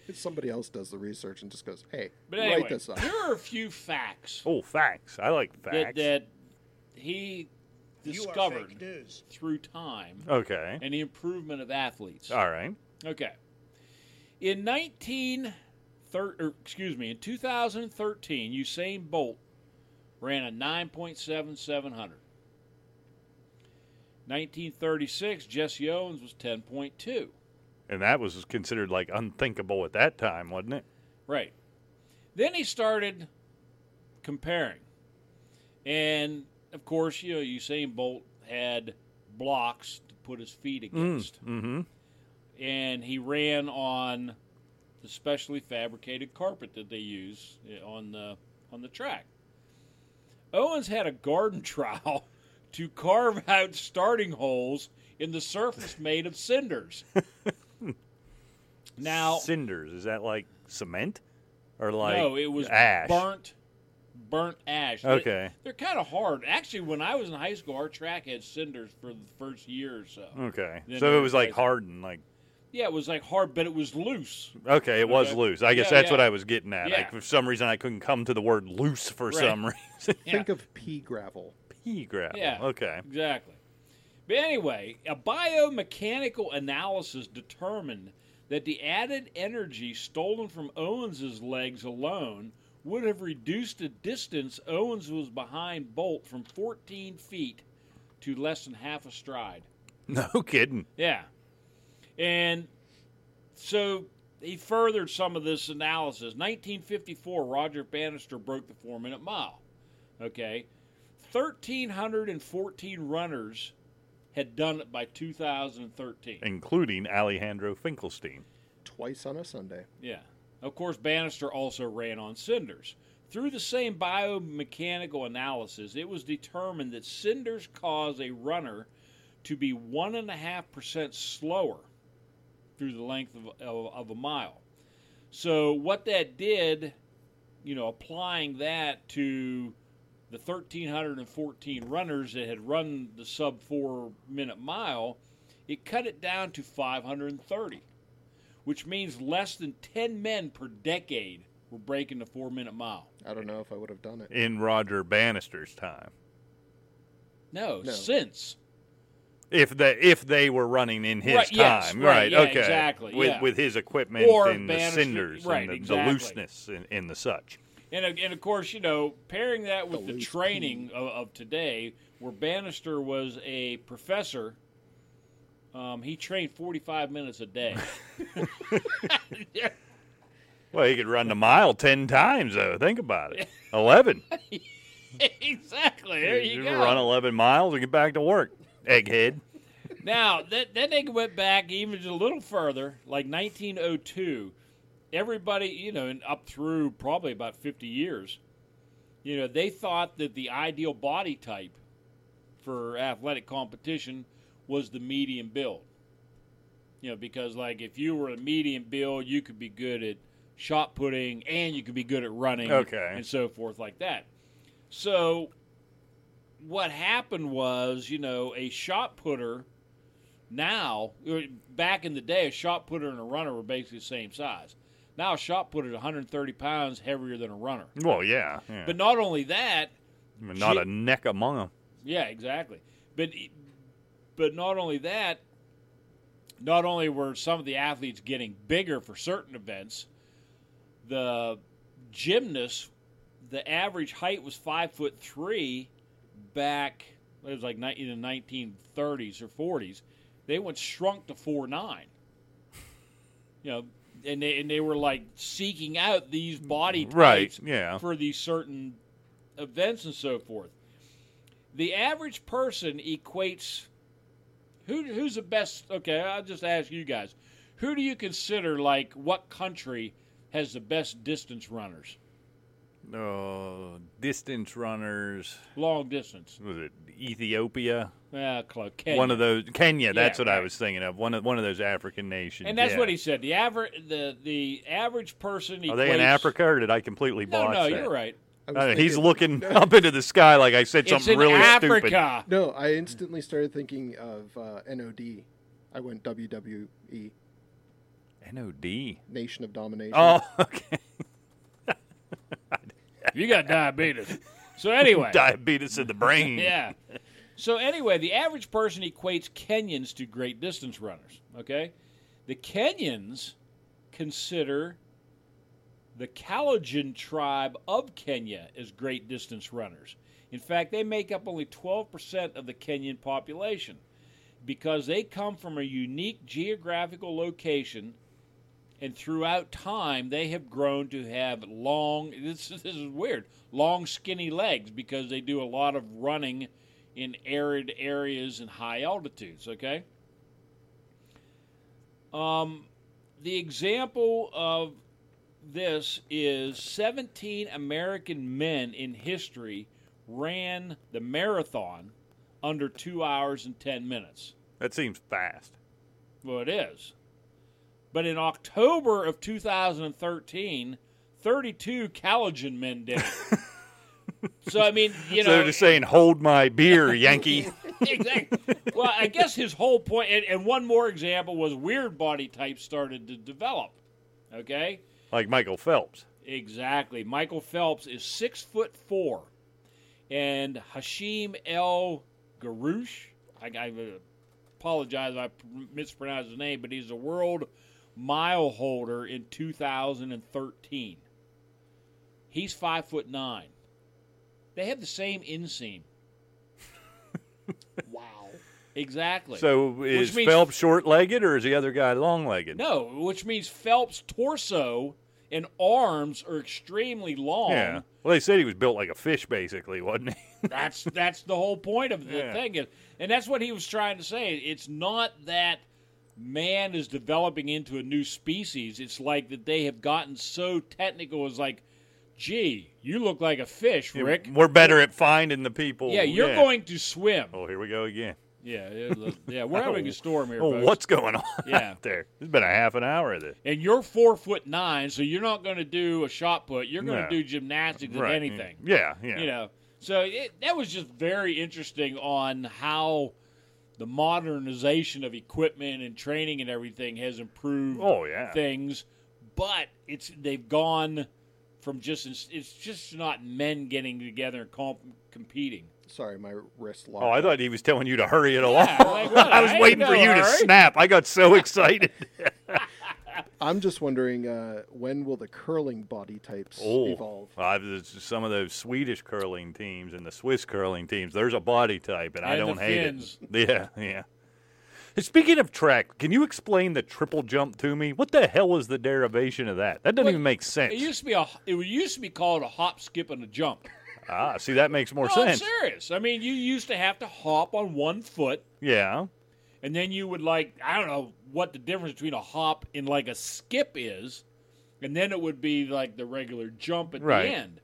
Speaker 4: If somebody else does the research and just goes, "Hey,
Speaker 3: but anyway
Speaker 4: write this up."
Speaker 3: there are a few facts
Speaker 2: Oh, facts. I like
Speaker 3: that,
Speaker 2: facts.
Speaker 3: that he discovered through time
Speaker 2: Okay.
Speaker 3: and the improvement of athletes
Speaker 2: All right.
Speaker 3: Okay. In 19 thir- or, excuse me, in 2013, Usain Bolt ran a 9.7700. 1936, Jesse Owens was 10.2.
Speaker 2: And that was considered like unthinkable at that time, wasn't it?
Speaker 3: Right. Then he started comparing. And of course, you know, Usain Bolt had blocks to put his feet against.
Speaker 2: Mm-hmm.
Speaker 3: and he ran on the specially fabricated carpet that they use eh, on the on the track. Owens had a garden trowel to carve out starting holes in the surface made of cinders. now,
Speaker 2: cinders is that like cement or like
Speaker 3: no, it was
Speaker 2: ash?
Speaker 3: burnt burnt ash. They-
Speaker 2: Okay.
Speaker 3: They're kind of hard. Actually, when I was in high school, our track had cinders for the first year or so.
Speaker 2: Okay,
Speaker 3: Then
Speaker 2: so
Speaker 3: they
Speaker 2: it was like
Speaker 3: replaced it.
Speaker 2: hardened. Like
Speaker 3: Yeah, it was like hard, but it was loose.
Speaker 2: okay, it was
Speaker 3: Okay.
Speaker 2: loose. I guess
Speaker 3: Yeah,
Speaker 2: that's
Speaker 3: yeah.
Speaker 2: what I was getting at.
Speaker 3: Yeah.
Speaker 2: Like for some reason I couldn't come to the word loose for some reason.
Speaker 4: Think of pea gravel.
Speaker 2: Pea gravel.
Speaker 3: Yeah.
Speaker 2: Okay.
Speaker 3: Exactly. But anyway, a biomechanical analysis determined that the added energy stolen from Owens's legs alone would have reduced the distance Owens was behind Bolt from 14 feet to less than half a stride.
Speaker 2: No kidding.
Speaker 3: Yeah. And so he furthered some of this analysis. 1954, Roger Bannister broke the four minute mile. Okay. 1,314 runners had done it by 2013.
Speaker 2: Including Alejandro Finkelstein.
Speaker 4: Twice on a Sunday.
Speaker 3: Yeah. Of course, Bannister also ran on cinders. Through the same biomechanical analysis, it was determined that cinders cause a runner to be 1.5% slower through the length of, of, of a mile. So, what that did, you know, applying that to the 1,314 runners that had run the sub four minute mile, it cut it down to 530, which means less than 10 men per decade were breaking the four minute mile.
Speaker 4: I don't know if I would have done it.
Speaker 2: In Roger Bannister's time.
Speaker 3: No,
Speaker 4: No.
Speaker 3: since.
Speaker 2: If they if they were running in his
Speaker 3: Right,
Speaker 2: time,
Speaker 3: yes,
Speaker 2: right?
Speaker 3: right, yeah,
Speaker 2: okay,
Speaker 3: exactly,
Speaker 2: With
Speaker 3: yeah.
Speaker 2: with his equipment
Speaker 3: Or
Speaker 2: and the
Speaker 3: Bannister-
Speaker 2: cinders
Speaker 3: right,
Speaker 2: and the,
Speaker 3: exactly.
Speaker 2: the looseness and, and the such.
Speaker 3: And, and of course, you know, pairing that with
Speaker 4: The
Speaker 3: the,
Speaker 4: loose
Speaker 3: training of, of today, where Bannister was a professor, um, he trained 45 minutes a day.
Speaker 2: Well, he could run the mile ten times though. Think about it. Eleven.
Speaker 3: exactly. There you, go.
Speaker 2: Run eleven miles and get back to work. Egghead.
Speaker 3: Now, that, then they went back even a little further, like 1902. Everybody, you know, and up through probably about 50 years, you know, they thought that the ideal body type for athletic competition was the medium build. You know, because, like, if you were a medium build, you could be good at shot putting and you could be good at running
Speaker 2: Okay.
Speaker 3: and so forth, like that. So, what happened was, you know, a shot putter now, or back in the day, a shot putter and a runner were basically the same size. Now, a shot putter is 130 pounds heavier than a runner.
Speaker 2: Well, yeah. yeah.
Speaker 3: But not only that,
Speaker 2: I mean, not
Speaker 3: she-
Speaker 2: a neck among them.
Speaker 3: yeah, exactly. But but not only that, not only were some of the athletes getting bigger for certain events, the gymnasts, the average height was five foot three back. It was like ni- in the nineteen thirties or forties. They went shrunk to four nine. You know, and they and they were like seeking out these body types
Speaker 2: Right, yeah.
Speaker 3: for these certain events and so forth. The average person equates who who's the best? Okay, I'll just ask you guys. Who do you consider like what country has the best distance runners?
Speaker 2: Uh, distance runners.
Speaker 3: Long distance.
Speaker 2: Was it Ethiopia?
Speaker 3: Ah, close. Kenya.
Speaker 2: One of those Kenya. That's what I
Speaker 3: right.
Speaker 2: was thinking of. One of one of those African nations.
Speaker 3: And that's
Speaker 2: yeah.
Speaker 3: what he said. The average the the average person equates
Speaker 2: Are they in Africa, or did I completely
Speaker 3: No,
Speaker 2: botch
Speaker 3: no,
Speaker 2: that?
Speaker 3: you're right.
Speaker 4: I was
Speaker 2: I don't know, Uh, he's
Speaker 4: thinking-
Speaker 2: looking up into the sky like I said
Speaker 3: It's
Speaker 2: something
Speaker 3: in
Speaker 2: really stupid.
Speaker 3: Africa.
Speaker 4: No, I instantly started thinking of uh, NOD. I went WWE,
Speaker 2: NOD.
Speaker 4: Nation of Domination.
Speaker 2: Oh, okay.
Speaker 3: You got diabetes. So anyway.
Speaker 2: Diabetes in the brain.
Speaker 3: yeah. So anyway, the average person equates Kenyans to great distance runners. Okay, the Kenyans consider the Kalajin tribe of Kenya as great distance runners. In fact, they make up only 12% of the Kenyan population because they come from a unique geographical location and throughout time they have grown to have long this, this is weird long skinny legs because they do a lot of running in arid areas and high altitudes okay um, the example of this is 17 american men in history ran the marathon under two hours and 10 minutes
Speaker 2: That seems fast.
Speaker 3: well, it is. But in October of 2013, 32 Caligen men did it. so, I mean, you
Speaker 2: so
Speaker 3: know.
Speaker 2: they're just saying, "Hold my beer, Yankee."
Speaker 3: exactly. Well, I guess his whole point, and, and one more example, was weird body types started to develop. Okay?
Speaker 2: like Michael Phelps.
Speaker 3: Exactly. Michael Phelps is six foot four, and Hashim El Garouche. I, I apologize if I mispronounced his name, but he's the world mile holder in 2013. He's five foot nine. They have the same inseam.
Speaker 4: Wow.
Speaker 3: Exactly.
Speaker 2: So
Speaker 3: Which
Speaker 2: is
Speaker 3: means-
Speaker 2: Phelps short-legged or is the other guy long-legged?
Speaker 3: No, which means Phelps' torso and arms are extremely long.
Speaker 2: Yeah. Well, they said he was built like a fish, basically, wasn't he?
Speaker 3: That's that's the whole point of the
Speaker 2: Yeah.
Speaker 3: thing, is, and that's what he was trying to say. It's not that man is developing into a new species. It's like that they have gotten so technical. It's like, gee, you look like a fish, Rick.
Speaker 2: We're better at finding the people.
Speaker 3: yeah, you're going to swim.
Speaker 2: Oh, here we go again.
Speaker 3: Yeah, it- yeah, we're having
Speaker 2: Oh.
Speaker 3: a storm here,
Speaker 2: Oh,
Speaker 3: folks.
Speaker 2: what's going on
Speaker 3: Yeah.
Speaker 2: out there? It's been a half an hour of this.
Speaker 3: and you're four foot nine, so you're not going to do a shot put. You're going to
Speaker 2: No.
Speaker 3: do gymnastics and anything.
Speaker 2: Yeah, yeah.
Speaker 3: You know, so it, that was just very interesting on how the modernization of equipment and training and everything has improved
Speaker 2: Oh, yeah.
Speaker 3: things, but it's they've gone from just it's just not men getting together and comp- competing.
Speaker 4: Sorry, my wrist locked.
Speaker 2: Oh, I thought he was telling you to hurry it along.
Speaker 3: Yeah, like, what?
Speaker 2: I was
Speaker 3: I
Speaker 2: waiting for
Speaker 3: know,
Speaker 2: you to
Speaker 3: alright.
Speaker 2: snap. I got so excited.
Speaker 4: I'm just wondering uh, when will the curling body types
Speaker 2: Oh,
Speaker 4: evolve?
Speaker 2: I've, there's some of those Swedish curling teams and the Swiss curling teams. There's a body type, and, I
Speaker 3: And the
Speaker 2: don't hate
Speaker 3: fins.
Speaker 2: it. Yeah, yeah. Hey, Speaking of track, can you explain the triple jump to me? What the hell is the derivation of that? That doesn't
Speaker 3: What-
Speaker 2: even make sense.
Speaker 3: It used to be a it used to be called a hop, skip, and a jump.
Speaker 2: ah, see, that makes more
Speaker 3: no,
Speaker 2: sense.
Speaker 3: I'm serious. I mean, you used to have to hop on one foot,
Speaker 2: Yeah,
Speaker 3: and then you would like I don't know what the difference between a hop and like a skip is, and then it would be like the regular jump at
Speaker 2: Right.
Speaker 3: the end.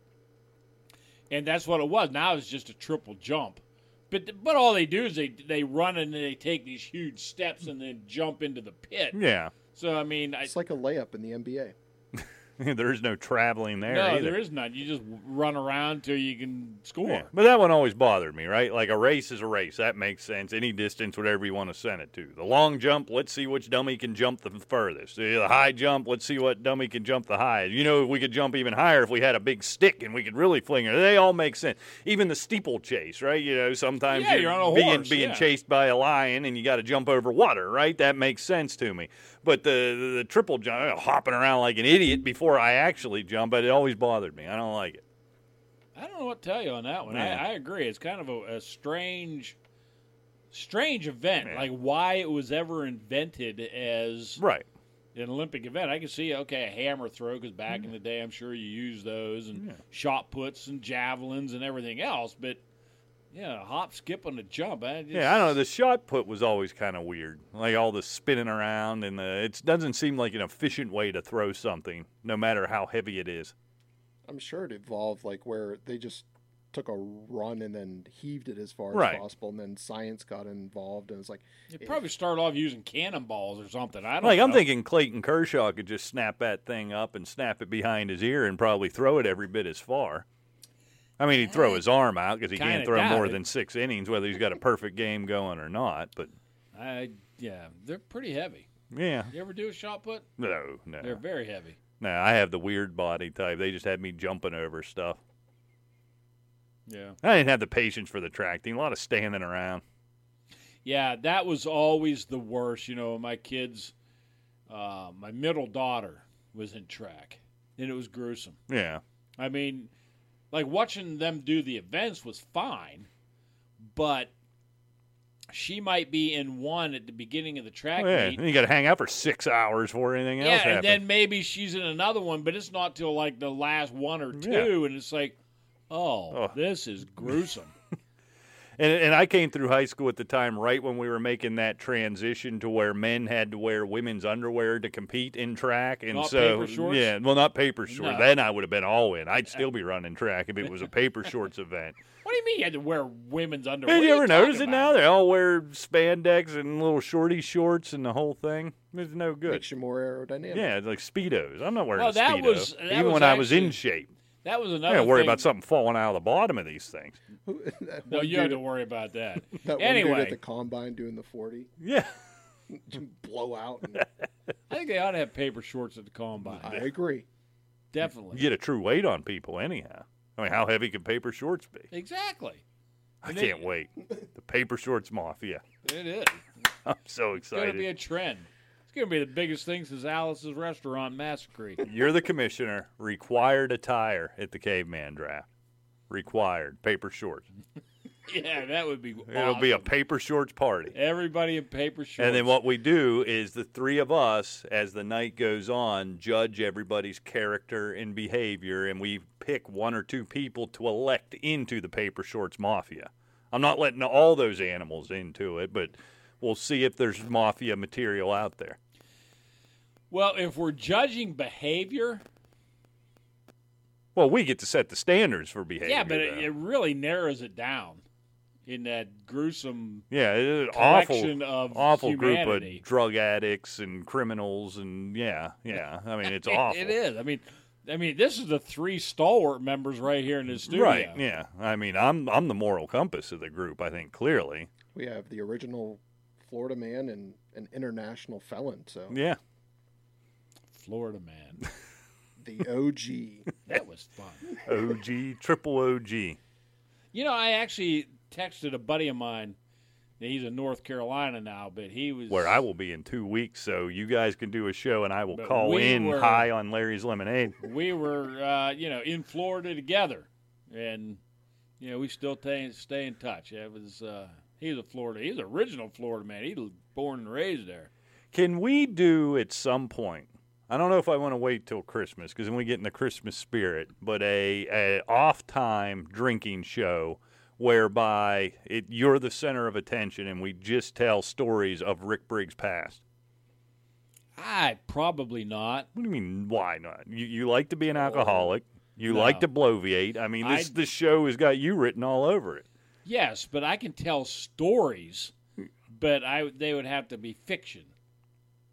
Speaker 3: And that's what it was. Now it's just a triple jump. But but all they do is they they run and they take these huge steps and then jump into the pit.
Speaker 2: yeah.
Speaker 3: So I mean, I,
Speaker 4: It's like a layup in the NBA.
Speaker 2: there is no traveling there
Speaker 3: no,
Speaker 2: either.
Speaker 3: there is none. You just run around till you can score.
Speaker 2: Yeah, But that one always bothered me, right? Like a race is a race. That makes sense. Any distance, whatever you want to send it to. The long jump, let's see which dummy can jump the furthest. The high jump, let's see what dummy can jump the highest. You know, we could jump even higher if we had a big stick and we could really fling it. They all make sense. Even the steeplechase, right? You know, sometimes
Speaker 3: Yeah, you're on a
Speaker 2: being,
Speaker 3: horse,
Speaker 2: being
Speaker 3: yeah.
Speaker 2: chased by a lion and you got to jump over water, right? That makes sense to me. But the, the, the triple jump, hopping around like an idiot before I actually jump, but it always bothered me. I don't like it.
Speaker 3: I don't know what to tell you on that one.
Speaker 2: Yeah.
Speaker 3: I, I agree. It's kind of a, a strange, strange event.
Speaker 2: Yeah.
Speaker 3: Like why it was ever invented as
Speaker 2: Right.
Speaker 3: an Olympic event. I can see okay, a hammer throw because back in the day, I'm sure you used those and shot puts and javelins and everything else. But yeah, a hop, skip, and a jump. I just,
Speaker 2: Yeah, I don't know. The shot put was always kind of weird, like all the spinning around, and the, it doesn't seem like an efficient way to throw something, no matter how heavy it is.
Speaker 4: I'm sure it evolved like where they just took a run and then heaved it as far
Speaker 2: Right.
Speaker 4: as possible, and then science got involved, and it's like
Speaker 3: You probably start off using cannonballs or something. I don't.
Speaker 2: Like
Speaker 3: know.
Speaker 2: I'm thinking Clayton Kershaw could just snap that thing up and snap it behind his ear and probably throw it every bit as far. I mean, he'd throw his arm out because he can't
Speaker 3: Kinda
Speaker 2: throw
Speaker 3: doubt
Speaker 2: more
Speaker 3: it.
Speaker 2: than six innings, whether he's got a perfect game going or not. But
Speaker 3: I yeah, they're pretty heavy.
Speaker 2: yeah,
Speaker 3: You ever do a shot put?
Speaker 2: no, no,
Speaker 3: They're very heavy.
Speaker 2: no. I have the weird body type. They just had me jumping over stuff.
Speaker 3: Yeah.
Speaker 2: I didn't have the patience for the track team. A lot of standing around.
Speaker 3: Yeah, that was always the worst. You know, my kids, uh, my middle daughter was in track, and it was gruesome.
Speaker 2: Yeah.
Speaker 3: I mean, like watching them do the events was fine, but she might be in one at the beginning of the track
Speaker 2: Oh, yeah,
Speaker 3: meet.
Speaker 2: and you got to hang out for six hours before anything
Speaker 3: Yeah,
Speaker 2: else
Speaker 3: and
Speaker 2: happens.
Speaker 3: then maybe she's in another one, but it's not till like the last one or two, and it's like, oh,
Speaker 2: Oh.
Speaker 3: this is gruesome.
Speaker 2: and, and I came through high school at the time, right when we were making that transition to where men had to wear women's underwear to compete in track, and
Speaker 3: Not
Speaker 2: so
Speaker 3: paper shorts?
Speaker 2: yeah, well, not paper shorts.
Speaker 3: No.
Speaker 2: Then I would have been all in. I'd still be running track if it was a paper shorts event.
Speaker 3: what do you mean you had to wear women's underwear?
Speaker 2: Have
Speaker 3: What
Speaker 2: you
Speaker 3: are
Speaker 2: ever notice
Speaker 3: talking
Speaker 2: it
Speaker 3: about?
Speaker 2: now? They all wear spandex and little shorty shorts and the whole thing. It's no good.
Speaker 4: makes you more aerodynamic.
Speaker 2: Yeah, it's like speedos. I'm not wearing
Speaker 3: Well,
Speaker 2: a
Speaker 3: that
Speaker 2: speedo.
Speaker 3: was- that
Speaker 2: Even
Speaker 3: was
Speaker 2: when I was in
Speaker 3: actually-
Speaker 2: shape,
Speaker 3: That was
Speaker 2: I
Speaker 3: another.
Speaker 2: gotta worry
Speaker 3: thing-
Speaker 2: about something falling out of the bottom of these things.
Speaker 4: That
Speaker 3: No,
Speaker 4: one
Speaker 3: you have
Speaker 4: dude-
Speaker 3: to worry about that.
Speaker 4: that one dude at
Speaker 3: anyway,
Speaker 4: the combine doing the 40,
Speaker 2: Yeah.
Speaker 4: blow out. And
Speaker 3: I think they ought to have paper shorts at the combine.
Speaker 4: I agree.
Speaker 3: Definitely.
Speaker 2: You get a true weight on people, anyhow. I mean, how heavy can paper shorts be?
Speaker 3: Exactly.
Speaker 2: I can't wait. The paper shorts mafia.
Speaker 3: It is.
Speaker 2: I'm so
Speaker 3: It's going to be
Speaker 2: excited.
Speaker 3: a trend. It's going to be the biggest thing since Alice's restaurant massacre.
Speaker 2: You're the commissioner. Required attire at the caveman draft. Required. Paper shorts.
Speaker 3: yeah, that would be. Awesome.
Speaker 2: It'll be a paper shorts party.
Speaker 3: everybody in paper shorts.
Speaker 2: And then what we do is the three of us, as the night goes on, judge everybody's character and behavior, and we pick one or two people to elect into the paper shorts mafia. I'm not letting all those animals into it, but we'll see if there's mafia material out there.
Speaker 3: Well, if we're judging behavior,
Speaker 2: Well, we get to set the standards for behavior.
Speaker 3: yeah, but it,
Speaker 2: though.
Speaker 3: it really narrows it down in that gruesome.
Speaker 2: yeah, it is an
Speaker 3: collection
Speaker 2: awful,
Speaker 3: of
Speaker 2: awful group
Speaker 3: humanity.
Speaker 2: of drug addicts and criminals, and yeah, yeah. I mean, it's
Speaker 3: It-
Speaker 2: awful.
Speaker 3: It is. I mean, I mean, this is the three stalwart members right here in this studio.
Speaker 2: Right. Yeah. I mean, I'm I'm the moral compass of the group. I think clearly.
Speaker 4: We have the original Florida man and an international felon. So
Speaker 2: Yeah.
Speaker 3: Florida man.
Speaker 4: the OG.
Speaker 3: That was fun.
Speaker 2: OG triple OG.
Speaker 3: You know, I actually texted a buddy of mine. He's in North Carolina now, but he was
Speaker 2: Where I will be in two weeks, so you guys can do a show, and I will
Speaker 3: But
Speaker 2: call
Speaker 3: we
Speaker 2: in
Speaker 3: were-
Speaker 2: high on Larry's lemonade.
Speaker 3: we were uh, you know in Florida together, and you know we still stay stay in touch. It was uh, he's a Florida, he's an original Florida man. He was born and raised there.
Speaker 2: Can we do at some point? I don't know if I want to wait till Christmas because then we get in the Christmas spirit, but a, a off time drinking show whereby it, you're the center of attention and we just tell stories of Rick Briggs' past.
Speaker 3: I probably not.
Speaker 2: What do you mean? Why not? You, you like to be an alcoholic. You like to bloviate. I mean, this
Speaker 3: I-
Speaker 2: this show has got you written all over it.
Speaker 3: Yes, but I can tell stories, but I they would have to be fiction.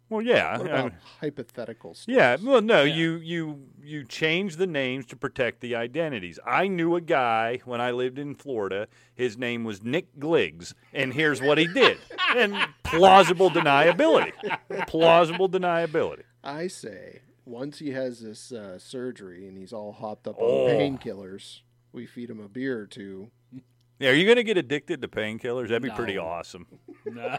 Speaker 2: Well, yeah,
Speaker 4: What
Speaker 2: I
Speaker 4: about
Speaker 2: mean-
Speaker 4: hypothetical stories?
Speaker 2: yeah. Well, no,
Speaker 3: Yeah.
Speaker 2: you you you change the names to protect the identities. I knew a guy when I lived in Florida. His name was Nick Gliggs, and here's what he did. and plausible deniability. Plausible deniability.
Speaker 4: I say once he has this uh, surgery and he's all hopped up
Speaker 2: Oh.
Speaker 4: on painkillers, we feed him a beer or two.
Speaker 2: Yeah, are you going to get addicted to painkillers? That'd be pretty
Speaker 3: No.
Speaker 2: awesome.
Speaker 3: No.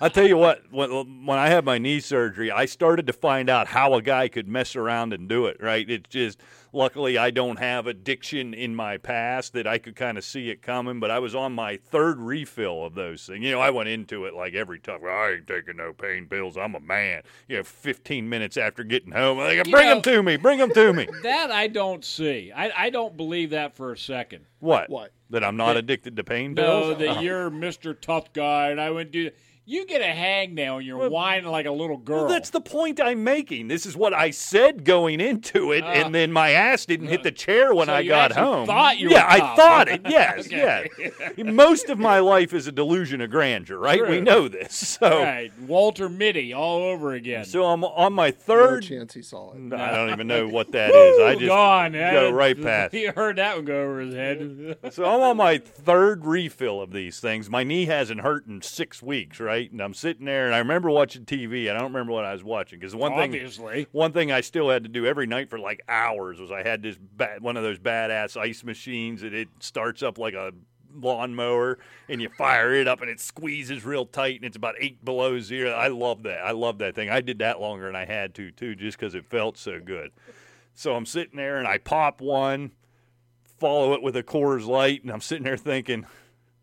Speaker 2: I tell you what, when, when I had my knee surgery, I started to find out how a guy could mess around and do it, right? It's just, luckily, I don't have addiction in my past that I could kind of see it coming, but I was on my third refill of those things. You know, I went into it like every tough, I ain't taking no pain pills. I'm a man. You know, 15 minutes after getting home, I'm like,
Speaker 3: You
Speaker 2: bring
Speaker 3: know-
Speaker 2: them to me, bring them to me.
Speaker 3: that I don't see. I, I don't believe that for a second.
Speaker 2: What?
Speaker 4: What?
Speaker 2: That I'm not addicted to pain
Speaker 3: No,
Speaker 2: pills?
Speaker 3: that you're Mr. Tough Guy, and I wouldn't do that. You get a hangnail and you're whining like a little girl.
Speaker 2: Well, that's the point I'm making. This is what I said going into it, and then my ass didn't hit the chair when
Speaker 3: Uh, So
Speaker 2: I
Speaker 3: you
Speaker 2: got
Speaker 3: actually
Speaker 2: home.
Speaker 3: thought you were
Speaker 2: yeah, I
Speaker 3: tough.
Speaker 2: thought it. Yes,
Speaker 3: Okay.
Speaker 2: yes. Most of my life is a delusion of grandeur, right? We
Speaker 3: True.
Speaker 2: know this. So,
Speaker 3: right. Walter Mitty all over again.
Speaker 2: so I'm on my
Speaker 4: No
Speaker 2: third.
Speaker 4: chance he saw it.
Speaker 2: I don't even know what that is. I
Speaker 3: Ooh,
Speaker 2: just
Speaker 3: gone.
Speaker 2: go
Speaker 3: That-
Speaker 2: right past.
Speaker 3: He heard that one go over his head.
Speaker 2: So I'm on my third refill of these things. My knee hasn't hurt in six weeks, right? And I'm sitting there, and I remember watching TV, and I don't remember what I was watching because one
Speaker 3: Obviously.
Speaker 2: thing, one thing I still had to do every night for like hours was I had this ba- one of those badass ice machines that it starts up like a lawnmower, and you fire it up, and it squeezes real tight, and it's about eight below zero. I love that. I love that thing. I did that longer than I had to too, just because it felt so good. So I'm sitting there, and I pop one follow it with a Coors Light, and I'm sitting there thinking,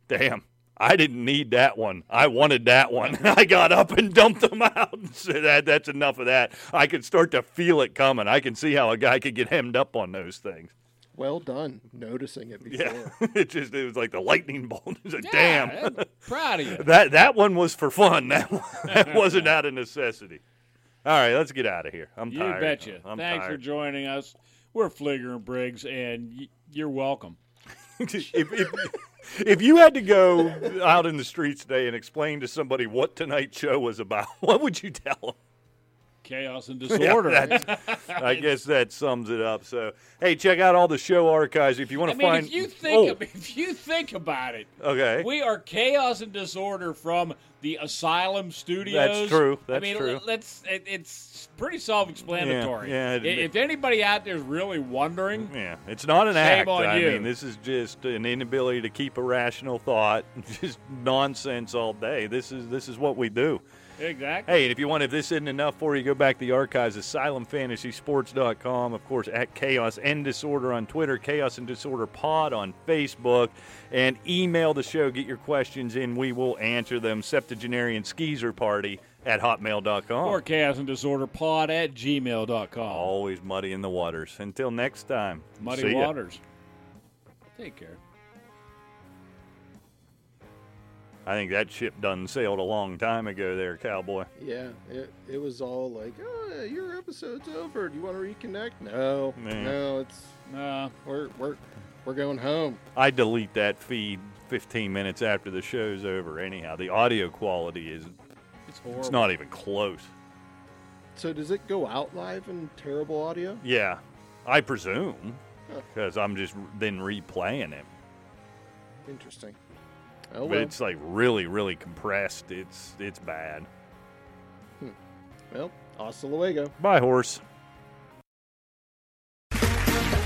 Speaker 2: damn, I didn't need that one. I wanted that one. I got up and dumped them out and said, that, that's enough of that. I could start to feel it coming. I can see how a guy could get hemmed up on those things.
Speaker 4: Well done noticing it before.
Speaker 2: Yeah. it just, it was like the lightning bolt. It was like,
Speaker 3: Yeah,
Speaker 2: damn.
Speaker 3: I'm proud of you.
Speaker 2: That, that one was for fun. That, one, that wasn't out of necessity. All right, let's get out of here. I'm
Speaker 3: You
Speaker 2: tired.
Speaker 3: betcha.
Speaker 2: I'm
Speaker 3: Thanks for
Speaker 2: tired.
Speaker 3: joining us. We're Fligger and Briggs, and y- you're welcome.
Speaker 2: if, if, if you had to go out in the streets today and explain to somebody what tonight's show was about, what would you tell them?
Speaker 3: Chaos and
Speaker 2: Yeah,
Speaker 3: disorder.
Speaker 2: that's- I guess that sums it up. So, hey, check out all the show archives if you want
Speaker 3: I
Speaker 2: to
Speaker 3: mean,
Speaker 2: find.
Speaker 3: if you
Speaker 2: Oh,
Speaker 3: think ab- if you think about it,
Speaker 2: okay.
Speaker 3: we are chaos and disorder from the Asylum Studios.
Speaker 2: true.
Speaker 3: I
Speaker 2: That's
Speaker 3: mean,
Speaker 2: true.
Speaker 3: let- let's. It, it's pretty self-explanatory.
Speaker 2: Yeah, yeah, it-
Speaker 3: I- if anybody out there's really wondering,
Speaker 2: yeah, it's not an
Speaker 3: Shame
Speaker 2: act.
Speaker 3: on
Speaker 2: I
Speaker 3: you.
Speaker 2: mean, this is just an inability to keep a rational thought, just nonsense all day. This is this is what we do.
Speaker 3: Exactly.
Speaker 2: Mm-hmm. Hey, and if you want, if this isn't enough for you, go back to the archives, asylumfantasysports.com, of course, at Chaos and Disorder on Twitter, Chaos and Disorder Pod on Facebook, and email the show. Get your questions in. We will answer them. Septuagenarian Skeezer Party at hotmail.com.
Speaker 3: Or chaos and disorder pod at gmail.com.
Speaker 2: Always muddy in the waters. Until next time.
Speaker 3: Muddy
Speaker 2: see ya.
Speaker 3: waters. Take care.
Speaker 2: I think that ship done sailed a long time ago there, cowboy.
Speaker 4: Yeah, it, it was all like, oh, your episode's over. Do you want to reconnect? No,
Speaker 2: Man.
Speaker 4: no, it's
Speaker 3: Uh,
Speaker 4: we're we're we're going home.
Speaker 2: I delete that feed 15 minutes after the show's over. Anyhow, the audio quality is
Speaker 3: it's horrible.
Speaker 2: it's not even close.
Speaker 4: So does it go out live in terrible audio?
Speaker 2: Yeah, I presume because I'm just then replaying it.
Speaker 4: Interesting. Oh
Speaker 2: But
Speaker 4: well.
Speaker 2: it's like really, really compressed. It's it's bad.
Speaker 4: Well, hasta luego.
Speaker 2: Bye, horse.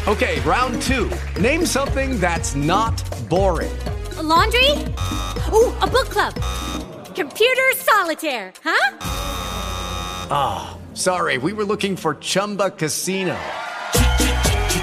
Speaker 7: Okay, round two. Name something that's not boring.
Speaker 8: laundry? Ooh, a book club. Computer solitaire, huh?
Speaker 7: Sorry, we were looking for Chumba Casino.